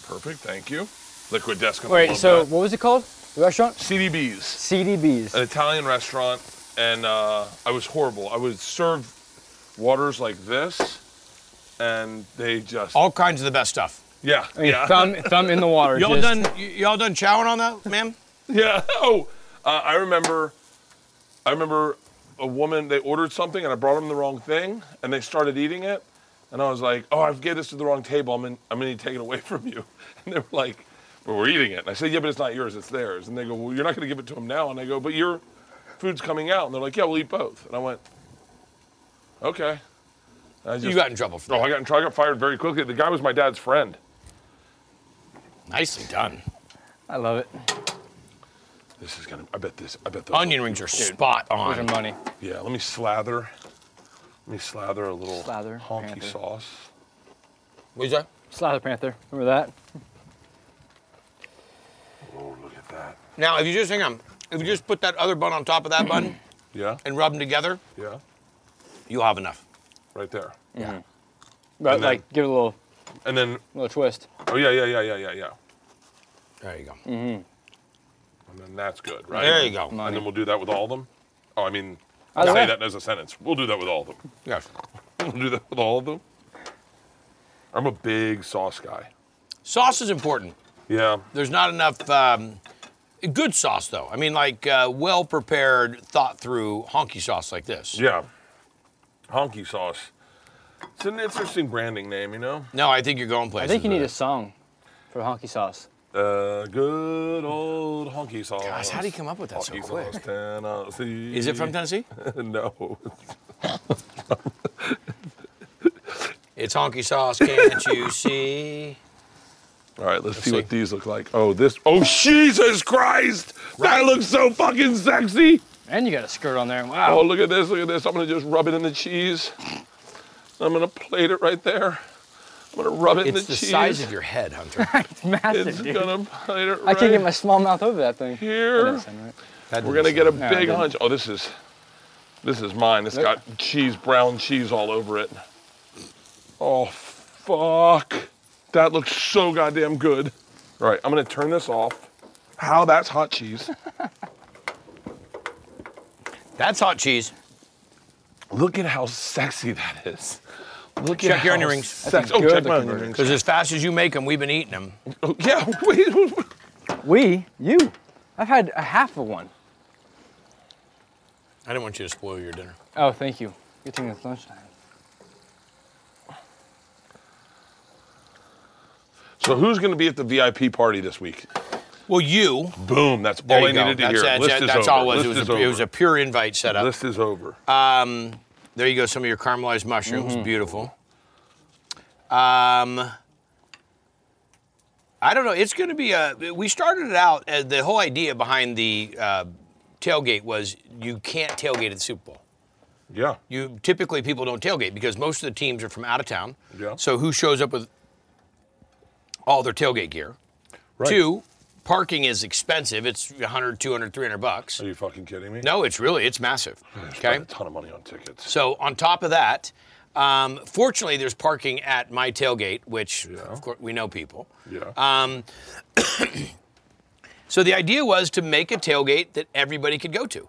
Perfect. Thank you. Liquid desk. gonna Oh, Wait, love so that. what was it called? The restaurant? CDB's, CDB's. an Italian restaurant, and uh, I was horrible. I would serve waters like this, and they just All kinds of the best stuff. yeah I mean, yeah Thumb, thumb in the water. Y'all just- done? y- y'all done chowing on that, ma'am? yeah. Oh, uh, I remember. I remember a woman. They ordered something, and I brought them the wrong thing, and they started eating it, and I was like, "Oh, I've gave this to the wrong table. I'm in, I'm gonna take it away from you." And they were like, "But we're eating it." And I said, "Yeah, but it's not yours. It's theirs." And they go, "Well, you're not gonna give it to them now." And I go, "But your food's coming out." And they're like, "Yeah, we'll eat both." And I went, "Okay." And I just, You got in trouble for Oh, that. I got in trouble. I got fired very quickly. The guy was my dad's friend. Nicely done. I love it. This is gonna. I bet this. I bet the Onion rings are spot Those are on. money. Yeah, let me slather. Let me slather a little Slather, honky panther. sauce. What's that? Slather Panther. Remember that? Oh, look at that. Now, if you just hang on, if you just put that other bun on top of that bun Yeah, and rub them together, yeah, you'll have enough. right there. But And then- like, give it a little, And then, little twist. oh yeah, yeah, yeah, yeah, yeah, yeah. There you go. And then that's good, right? There you go. And then we'll do that with all of them. Oh, I mean, Either say way. that as a sentence. We'll do that with all of them. Yes. we'll do that with all of them. I'm a big sauce guy. Sauce is important. Yeah, There's not enough um, good sauce, though. I mean, like uh, well prepared, thought through honky sauce like this. yeah. Honky sauce. It's an interesting branding name, you know. No, I think you're going I places. think you need a with song for honky sauce. Uh, good old honky sauce. that. Gosh, how do you come up with that so Honky quick? sauce, Tennessee. Is it from Tennessee? no. It's honky sauce, can't you see? All right, let's, see, see. what these look like. Oh, this. Oh, Jesus Christ! That looks so fucking sexy. And you got a skirt on there. Oh, Wow. look at this! Look at this! I'm gonna just rub it in the cheese. I'm gonna plate it right there. I'm gonna rub it in It's the, the cheese. size of your head, Hunter. It's massive, it's dude. gonna plate it right I can't get my small mouth over that thing. That here. doesn't sound right. That We're doesn't gonna get a sound- No, I big didn't. hunch. Oh, this is, this is mine. It's Look. got cheese, brown cheese all over it. Oh, fuck! That looks so goddamn good. All right, I'm gonna turn this off. How that's hot cheese. That's hot cheese. Look at how sexy that is. Look Check at your how onion rings. Sexy. That's Oh, good check my looking onion Because rings. as fast as you make them, we've been eating them. Oh, yeah, wait. wait, wait. We, you, I've had a half of one. I didn't want you to spoil your dinner. Oh, thank you. Good thing it's lunchtime. So who's going to be at the VIP party this week? Well, you. Boom. That's There all you I go. needed to that's hear. that's- List is that's over. all it List was. it, was is a, it over. was a Uh, pure invite setup. List is over. There you go. Some of your caramelized mushrooms. Mm-hmm. Beautiful. Um, I don't know. It's going to be a. We started it out. Uh, the whole idea behind the uh, tailgate was you can't tailgate at the Super Bowl. yeah. You typically people don't tailgate because most of the teams are from out of town. Yeah. So who shows up with all their tailgate gear? Right. Two, parking is expensive. It's 100, 200, 300 bucks. Are you fucking kidding me? No, it's really it's massive. Spent Okay. a ton of money on tickets. So on top of that, um, fortunately, there's parking at my tailgate, which of course we know people. Yeah. uh, So the idea was to make a tailgate that everybody could go to.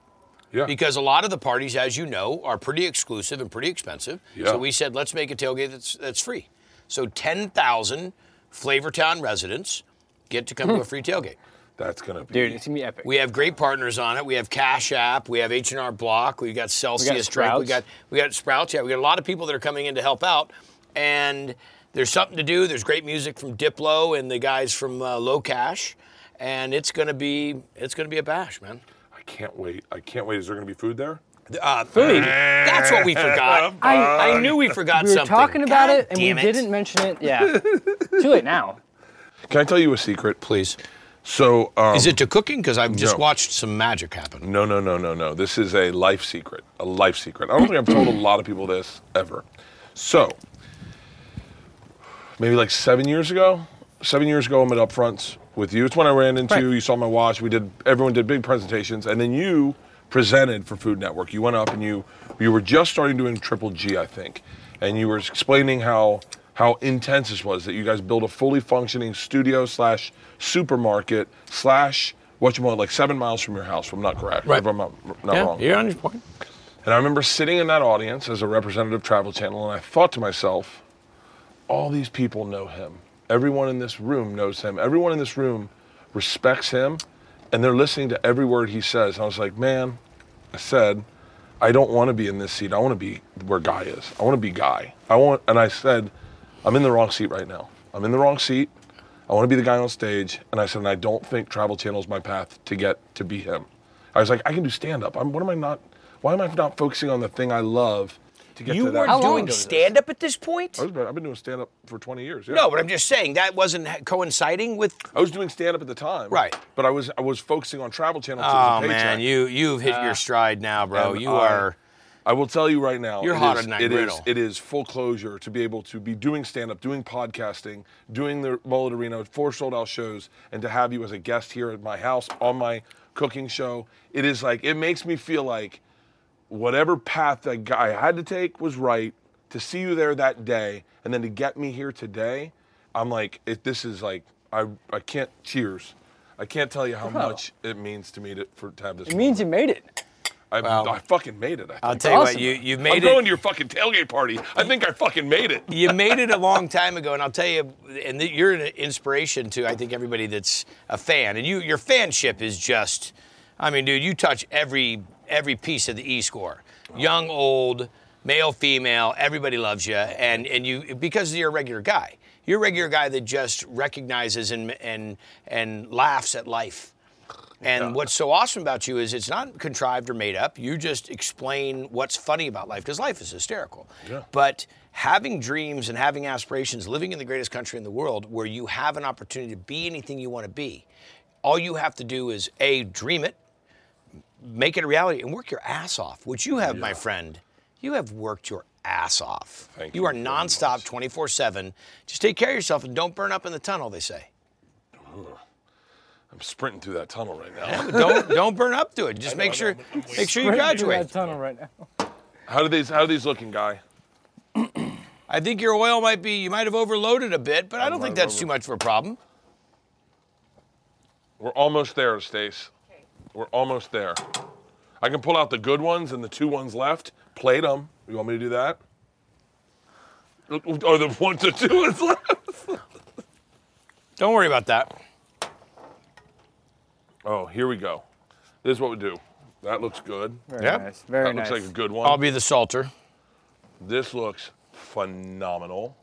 yeah. Because a lot of the parties, as you know, are pretty exclusive and pretty expensive. Yeah. So we said, let's make a tailgate that's, that's free. Hmm. So 10,000 Flavortown residents get to come to a free tailgate. That's gonna be Dude, it's gonna be epic. We have great partners on it. We have Cash App. We have H and R Block. We've got Celsius Drink. We Sprouts. got we got Sprouts. Yeah, we got a lot of people that are coming in to help out, and there's something to do. There's great music from Diplo and the guys from uh, Low Cash, and it's gonna be it's gonna be a bash, man. I can't wait. I can't wait. Is there gonna be food there? Uh, food. That's what we forgot. I, I knew we forgot we were something. talking about God it and we damn it. didn't mention it. Yeah. Too late now. Can I tell you a secret? Please. So um, Is it to cooking? Because I've just No. watched some magic happen. No, no, no, no, no. This is a life secret. A life secret. I don't think I've told a lot of people this ever. So, maybe like seven years ago, seven years ago, I'm at Upfronts with you. It's when I ran into you. You saw my watch. We did. Everyone did big presentations, and then you presented for Food Network. You went up and you you were just starting doing Triple G, I think, and you were explaining how how intense this was that you guys built a fully functioning studio slash supermarket slash what you want like seven miles from your house if i'm not correct Right. if i'm not, not wrong you're on your point. and I remember sitting in that audience as a representative of Travel Channel, and I thought to myself, all these people know him. Everyone in this room knows him. Everyone in this room respects him, and they're listening to every word he says. And I was like, man, I said, I don't want to be in this seat. I want to be where Guy is. I want to be Guy. I want, and I said, I'm in the wrong seat right now. I'm in the wrong seat. I want to be the guy on stage. And I said, and I don't think Travel Channel is my path to get to be him. I was like, I can do stand up. I'm, what am I not, why am I not focusing on the thing I love to get You to were that? doing stand up at this point? I was, I've been doing stand up for 20 years. Yeah. No, but I'm just saying that wasn't ha- coinciding with. I was doing stand up at the time. Right. But I was I was focusing on Travel Channel. 'cause it was Oh a paycheck. man, you you've hit your stride now, bro. And uh, You I- are. I will tell you right now. You're it hotter is- than that it is- griddle. it is full closure to be able to be doing stand up, doing podcasting, doing the Mullet Arena, four sold out shows, and to have you as a guest here at my house on my cooking show. It is like, it makes me feel like whatever path that guy had to take was right to see you there that day and then to get me here today i'm like if this is like i i can't cheers i can't tell you how much it means to me to, for, to have this It means you made it. I, Wow. I fucking made it I I'll think. tell you awesome. what, you you i'm made going it. to your fucking tailgate party i think i fucking made it you made it a long time ago, and I'll tell you, and th- you're an inspiration to I think everybody that's a fan, and you your fanship is just, I mean, dude, you touch every every piece of the E score, young, old, male, female, everybody loves you, and and you because you're a regular guy, you're a regular guy that just recognizes and and and laughs at life. And what's so awesome about you is it's not contrived or made up. You just explain what's funny about life because life is hysterical. But having dreams and having aspirations, living in the greatest country in the world where you have an opportunity to be anything you want to be, all you have to do is A, dream it, make it a reality, and work your ass off, which you have, my friend. You have worked your ass off. Thank you you are very nonstop 24 7. Just take care of yourself and don't burn up in the tunnel, they say. i'm sprinting through that tunnel right now don't don't burn up to it. Just make sure make sure you graduate. That tunnel right now. how do these how are these looking guy I think your oil might be you might have overloaded a bit, but I don't think that's too much of a problem. we're almost there stace we're almost there i can pull out the good ones and the two ones left plate them you want me to do that or the one to two is left Don't worry about that. Oh, here we go. This is what we do. That looks good. Very Yep. nice. Very that nice. looks like a good I'll one. be the salter. this looks phenomenal.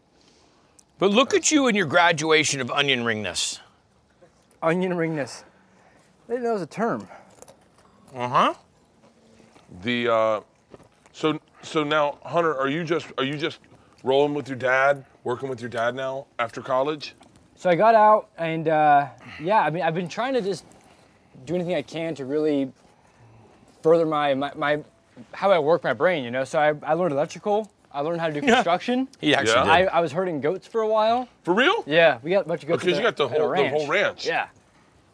But look at you and your graduation of onion ringness. Onion ringness. They didn't know it was a term. Uh-huh. The uh, so so now, Hunter, are you just are you just rolling with your dad, working with your dad now after college? So I got out, and uh, yeah, I mean, I've been trying to just do anything I can to really further my my, my how I work my brain, you know. So I, I learned electrical. I learned how to do construction. He actually Yeah. did. I, I was herding goats for a while. For real? Yeah, we got a bunch of goats. Okay, at you got the at a whole- the whole ranch. Yeah.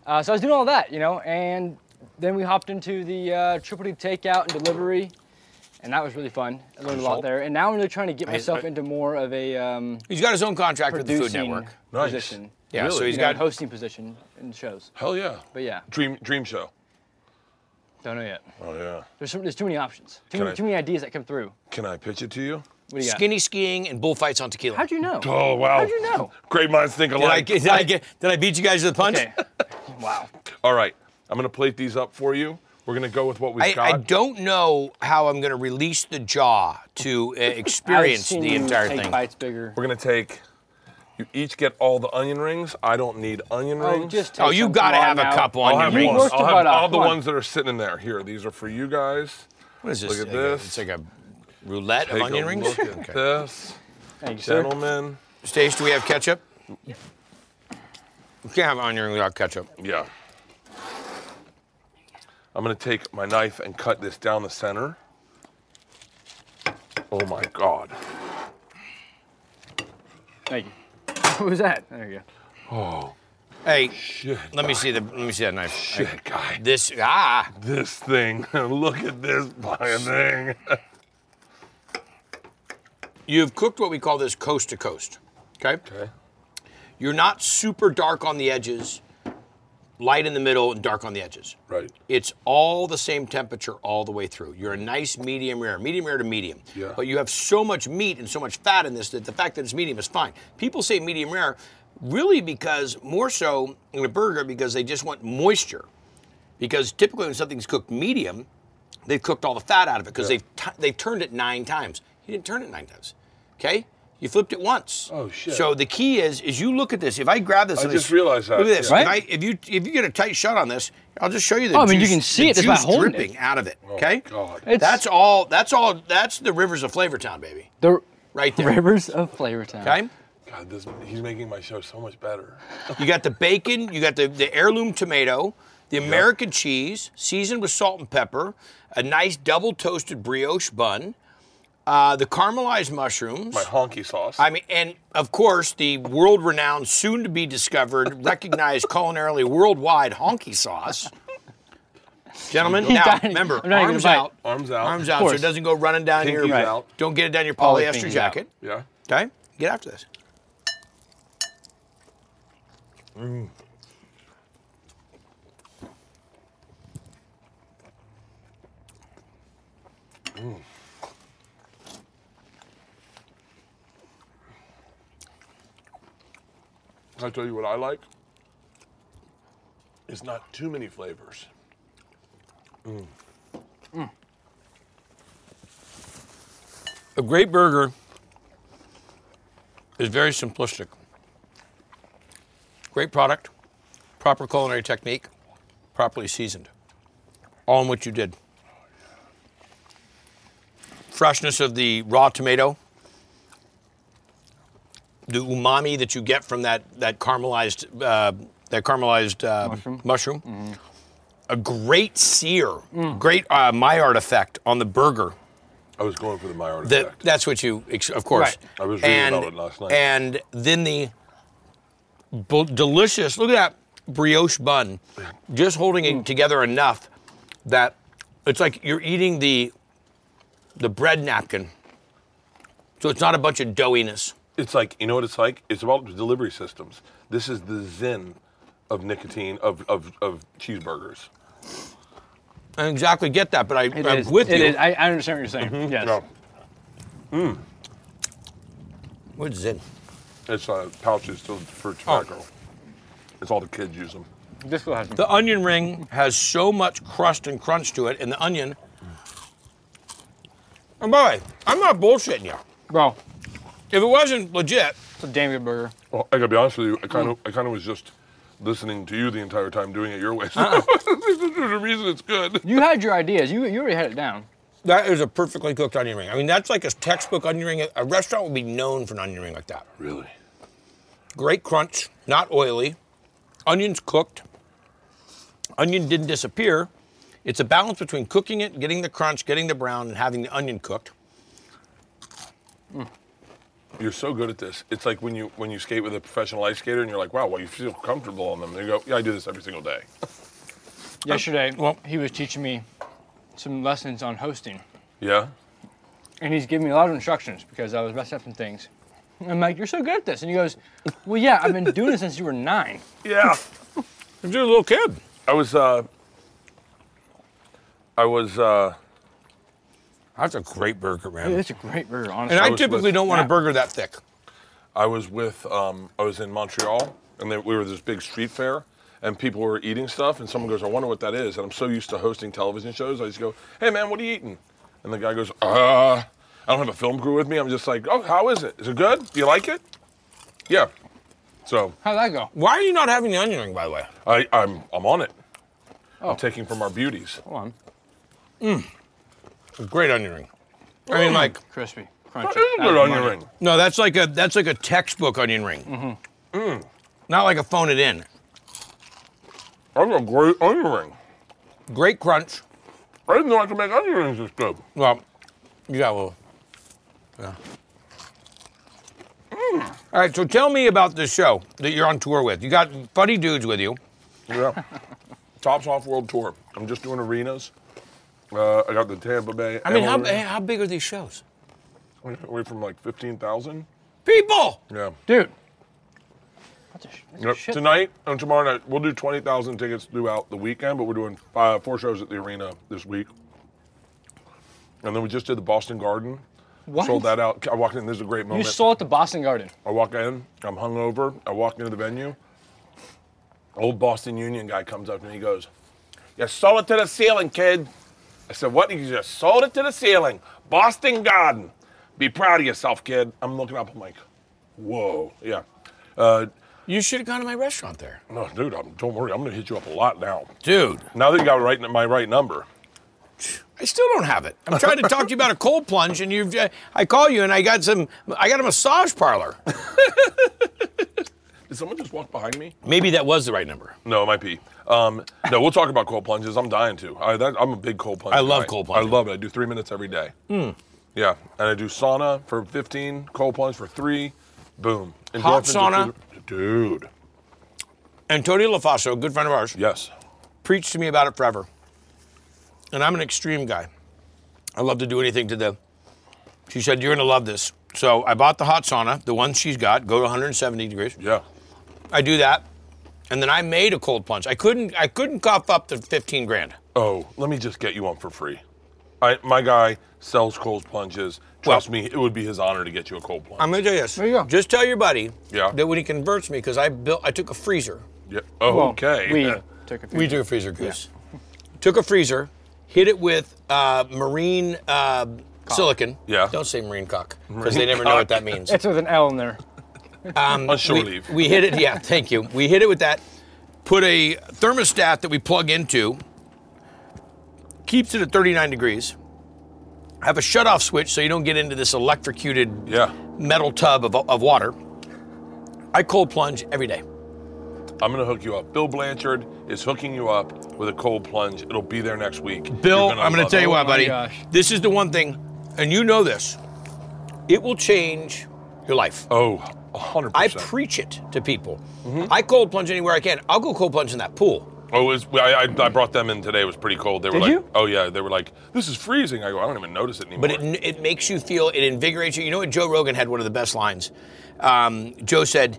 Uh, so I was doing all that, you know, and then we hopped into the uh, triple D takeout and delivery, and that was really fun. I learned a lot there, and now I'm really trying to get myself I- into more of a um, He's got his own contract with the Food producing Network. Nice. position. Yeah, so Really? he's He's got got hosting position in shows, Hell yeah. but yeah, Dream dream show. don't know yet. Oh yeah. There's, some, there's too many options, too Can many, I- too many ideas that come through. Can I pitch it to you? What do you got? skinny skiing and bullfights on tequila. How'd you know? Oh wow. How'd you know? Great minds think did I, alike. get- did I get did I beat you guys to the punch? Okay. Wow. All right, I'm gonna plate these up for you. We're gonna go with what we've I, got. I don't know how I'm going to release the jaw to uh, experience I've seen the you entire take thing. bites bigger. We're gonna take. You each get all the onion rings. I don't need onion Oh, rings. just take Oh, you some. got to Come have on a now. couple I'll have onion rings. one. Roast I'll your have butt off. all the Come on. ones that are sitting in there. Here, these are for you guys. What is this? Look at Like a- this. It's like a roulette Take of onion a rings. look at Okay. this, Thank you, sir. gentlemen. Stage, do we have ketchup? You can't have onion rings without ketchup. Yeah. I'm gonna take my knife and cut this down the center. Oh my God. Thank you. What was that? There you go. Hey, Oh, Shit. let me see the let me see that knife. Shit, guy. This ah, This thing. Look at this fucking thing. you've cooked what we call this coast to coast. Okay. Okay. You're not super dark on the edges, light in the middle, and dark on the edges. Right. It's all the same temperature all the way through. You're a nice medium rare, medium rare to medium. Yeah. But you have so much meat and so much fat in this that the fact that it's medium is fine. People say medium rare really because more so in a burger because they just want moisture. Because typically when something's cooked medium, they've cooked all the fat out of it because they've, t- they've turned it nine times. You didn't turn it nine times. Okay? You flipped it once. Oh, shit. So the key is, is you look at this. If I grab this, I and just it's- realized that, Look at this. yeah. If, I, if you if you get a tight shot on this, I'll just show you the. Oh, I mean, you juice- can see the it just by juice holding it. dripping out of it. Okay. Oh, God. It's- that's all. That's all. That's the rivers of Flavortown, baby. The Right there. rivers of Flavortown. Okay. God, this he's making my show so much better. You got the bacon. You got the the heirloom tomato. The American cheese, seasoned with salt and pepper, a nice double toasted brioche bun, uh, the caramelized mushrooms. My honky sauce. I mean, and of course, the world renowned, soon to be discovered, recognized culinarily worldwide honky sauce. Gentlemen, now dying. remember, I'm not even arms gonna bite. out, Arms out. arms out, Of so course. it doesn't go running down your. Pinkies out. Don't get it down your Always polyester pinkies jacket. yeah. Okay, get after this. Can I tell you what I like? It's not too many flavors. A great burger is very simplistic. Great product, proper culinary technique, properly seasoned. All in what you did. Freshness of the raw tomato, the umami that you get from that that caramelized uh, that caramelized uh, mushroom. A great sear, great uh, Maillard effect on the burger I was going for the Maillard the- effect. that's what you, ex- of course. Right. I was reading and, about it last night. And then the bu- delicious, look at that brioche bun, just holding Mm. it together enough that it's like you're eating the the bread napkin. So it's not a bunch of doughiness. It's like you know what it's like. It's about the delivery systems. This is the zen of nicotine of of, of cheeseburgers. I don't exactly get that, but I, It I'm is- with it you. Mm-hmm. is- I, I understand what you're saying. Yes. No, What is it? it's uh, pouches to, for tobacco. It's all the kids use them. This will happen. The onion ring has so much crust and crunch to it, and the onion. And by the way, I'm not bullshitting you. Bro, If it wasn't legit, it's a damn good burger. Well, I gotta be honest with you. I kind of I kind of was just listening to you the entire time, doing it your way. So there's a reason it's good. You had your ideas. You you already had it down. That is a perfectly cooked onion ring. I mean, that's like a textbook onion ring. A restaurant would be known for an onion ring like that. Really? Great crunch, not oily. Onions cooked. Onion didn't disappear. It's a balance between cooking it, getting the crunch, getting the brown, and having the onion cooked. You're so good at this. It's like when you when you skate with a professional ice skater, and you're like, wow, well you feel comfortable on them. They go, yeah, I do this every single day. Yesterday, well- he was teaching me some lessons on hosting, yeah. and he's giving me a lot of instructions because I was messing up some things. I'm like, "You're so good at this," and he goes, "Well, yeah, I've been doing this since you were nine. Yeah. If you're a little kid. I was uh. I was uh. That's a great burger, man. It's a great burger, honestly." and I was typically with- don't want Yeah. a burger that thick. I was with um, I was in Montreal, and they, we were at this big street fair, and people were eating stuff, and someone goes, I wonder what that is. And I'm so used to hosting television shows, I just go, Hey man, what are you eating? And the guy goes, Uh, I don't have a film crew with me. I'm just like, Oh, how is it? Is it good? Do you like it? Yeah. So How'd that go? Why are you not having the onion ring, by the way? I, I'm I'm on it. I'm taking from our beauties. Hold on. A great onion ring. I mean, like, Crispy, That crunchy. is a good onion ring. no, that's like a that's like a textbook onion ring. Mm-hmm. Mm. Not like a phone it in. That's a great onion ring. Great crunch. I didn't know I could make onion rings this good. Well, you got a little. Yeah. All right, so tell me about this show that you're on tour with. You got funny dudes with you. Yeah. Tops off world tour. I'm just doing arenas. Uh, I got the Tampa Bay. I mean, how, Amateur- how big are these shows? away from like fifteen thousand. People! Yeah. Dude. That's a, sh- that's a Yep. shit. Tonight and tomorrow night, we'll do twenty thousand tickets throughout the weekend, but we're doing uh, four shows at the arena this week. And then we just did the Boston Garden. What? Sold that out. I walked in. This is a great You moment. sold at the Boston Garden. I walk in, I'm hungover. I walk into the venue. Old Boston Union guy comes up to me. He goes, "You sold it to the ceiling, kid." I said, "What? You just sold it to the ceiling, Boston Garden. Be proud of yourself, kid." I'm looking up. I'm like, "Whoa, yeah." Uh, You should have gone to my restaurant there. no, dude, I'm, don't worry. I'm gonna hit you up a lot now. Dude, Now that you got right, my right number. I still don't have it. I'm trying to talk to you about a cold plunge, and you've. Uh, I call you, and I got some. I got a massage parlor. Did someone just walk behind me? Maybe that was the right number. No, it might be. Um, no, we'll talk about cold plunges. I'm dying to. I, that, I'm a big cold plunge. I love guy. cold Hmm. plunges. I love it. I do three minutes every day. Yeah, and I do sauna for 15, cold plunge for three, boom. Hot Endorphins are through sauna? the- dude. And Tony LaFaso, a good friend of ours, Yes. preached to me about it forever. And I'm an extreme guy. I love to do anything to the. She said, You're going to love this. So I bought the hot sauna, the one she's got, go to 170 degrees. Yeah. I do that. And then I made a cold plunge. I couldn't I couldn't cough up the 15 grand. Oh, let me just get you one for free. I, my guy sells cold plunges. Trust me, it would be his honor to get you a cold plunge. I'm gonna tell you this. There you go. Just tell your buddy Yeah. that when he converts me, because I built I took a freezer. yeah. Okay. We took a few. We took a freezer goose. Took a freezer, hit it with uh, marine uh, silicon. Yeah. Don't say marine cock because they never know what that means. It's with an L in there. On shore we, leave. we hit it. Yeah, thank you. We hit it with that. Put a thermostat that we plug into. Keeps it at 39 degrees. Have a shut-off switch so you don't get into this electrocuted yeah. metal tub of, of water. I cold plunge every day. I'm gonna hook you up. Bill Blanchard is hooking you up with a cold plunge. It'll be there next week. Bill, You're I'm going to love tell you it. Oh what, buddy. gosh. This is the one thing, and you know this. It will change your life. Oh, 100%. I preach it to people. Mm-hmm. I cold plunge anywhere I can. I'll go cold plunge in that pool. oh, it was, I, I, I brought them in today. It was pretty cold. They were Did like, you? oh, yeah. They were like, this is freezing. I go, I don't even notice it anymore. But it, it makes you feel, it invigorates you. You know what? Joe Rogan had one of the best lines. Um, Joe said,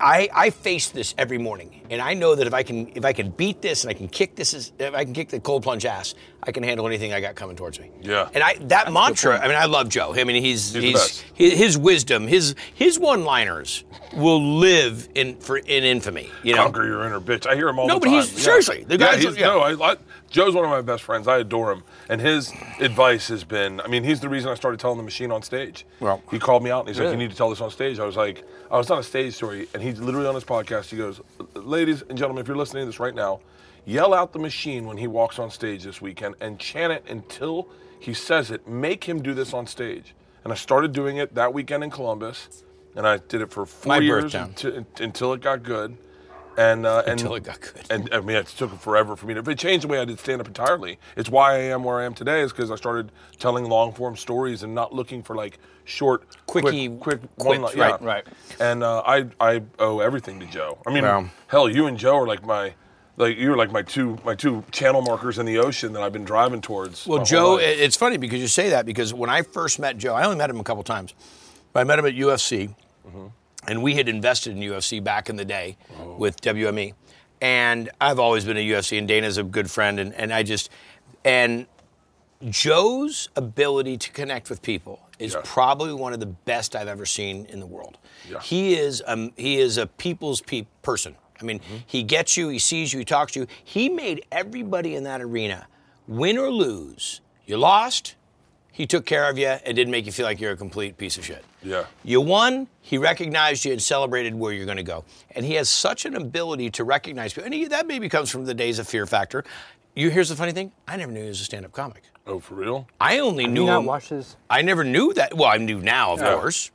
I, I face this every morning, and I know that if I can if I can beat this and I can kick this is if I can kick the cold plunge ass, I can handle anything I got coming towards me. Yeah. And I that mantra. I mean, I love Joe. I mean, he's the he's, best. his, his wisdom, his his one liners will live in for in infamy. You know. Conquer your inner bitch. I hear him all No, the but time. he's- seriously, the yeah, guy's- he's, yeah. no. I, I, Joe's one of my best friends. I adore him, and his advice has been. I mean, he's the reason I started telling the machine on stage. Well- he called me out and he's like, Really? "You need to tell this on stage." I was like, "I was on a stage story," and he's literally on his podcast. He goes, "Ladies and gentlemen, if you're listening to this right now, yell out the machine when he walks on stage this weekend, and chant it until he says it. Make him do this on stage." And I started doing it that weekend in Columbus, and I did it for four My years birthtown. until, until it got good. And, uh, and Until it got good. and I mean, it took forever for me to. It changed the way I did stand up entirely. It's why I am where I am today, is because I started telling long form stories and not looking for like short, Quickie quick, quick quips, one. right, yeah. right. And uh, I, I owe everything to Joe. I mean, Wow. hell, you and Joe are like my, like you're like my two, my two channel markers in the ocean that I've been driving towards. my Well, whole Joe, life. it- it's funny because you say that because when I first met Joe, I only met him a couple times, but I met him at UFC, Mm-hmm. and we had invested in UFC back in the day Oh. with WME, and I've always been a UFC, and Dana's a good friend, and, and I just, and Joe's ability to connect with people is Yeah. probably one of the best I've ever seen in the world. Yeah. He is um, he is a people's pe- person. I mean, Mm-hmm. he gets you, he sees you, he talks to you. He made everybody in that arena, win or lose, you lost, he took care of you and didn't make you feel like you're a complete piece of shit. Yeah. You won, he recognized you and celebrated where you're going to go. And he has such an ability to recognize people. And he, that maybe comes from the days of Fear Factor. You Here's the funny thing I never knew he was a stand up comic. Oh, for real? I only knew you not him- watch his- I never knew that. Well, I knew now, of course,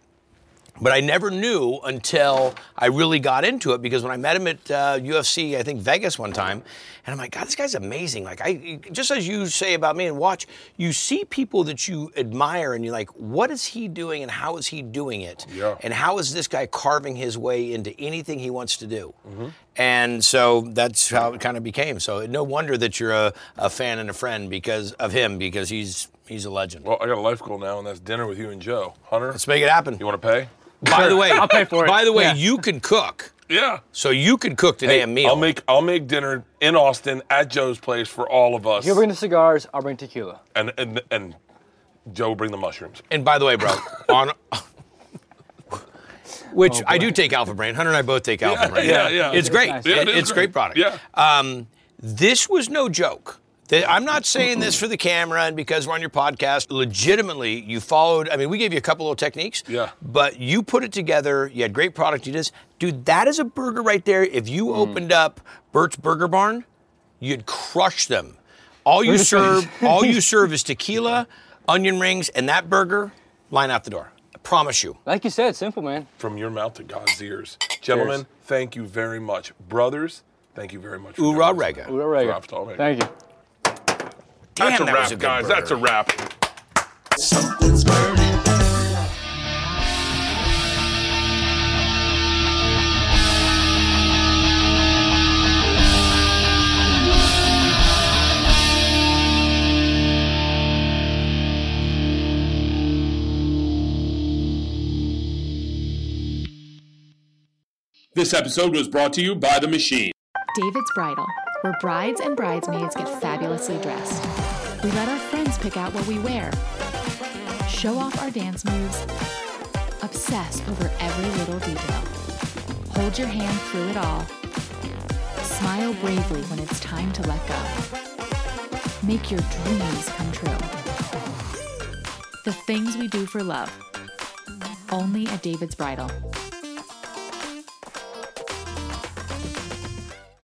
but I never knew until I really got into it because when I met him at uh, UFC, I think Vegas one time, and I'm like, God, this guy's amazing. Like I, just as you say about me and watch, you see people that you admire, and you're like, what is he doing, and how is he doing it, Yeah. and how is this guy carving his way into anything he wants to do? And so that's how it kind of became. So no wonder that you're a, a fan and a friend because of him, because he's he's a legend. Well, I got a life goal now, and that's dinner with you and Joe. Hunter, Let's make it happen. you want to pay? By the way, I'll pay for it. By the way, Yeah. you can cook, Yeah. so you can cook the damn meal. I'll make I'll make dinner in Austin at Joe's place for all of us, He'll bring the cigars. I'll bring tequila. and and and Joe will bring the mushrooms. and by the way, bro, on which I do take Alpha Brain. Hunter and I both take Alpha Yeah, Brain. yeah, yeah. It's great. Nice. Yeah, It- it is it's a great product. Yeah. Um, this was no joke. Th- I'm not saying this for the camera and because we're on your podcast. Legitimately, you followed. I mean, we gave you a couple of techniques. Yeah. But you put it together. You had great product. You just, dude, that is a burger right there. If you Mm. opened up Bert's Burger Barn, you'd crush them. All you serve, all you serve is tequila, onion rings, and that burger. Line out the door. I promise you. Like you said, simple man. From your mouth to God's ears, gentlemen. Thank you very much, brothers. Thank you very much. for Ura joining us. rega. All right. Dropped already. Thank you. That's Damn, a that wrap, was a good guys. That's a burger. wrap. Something's burning. This episode was brought to you by The Machine. David's Bridal, where brides and bridesmaids get fabulously dressed. We let our friends pick out what we wear, show off our dance moves, obsess over every little detail, hold your hand through it all, smile bravely when it's time to let go, make your dreams come true. The things we do for love, only at David's Bridal.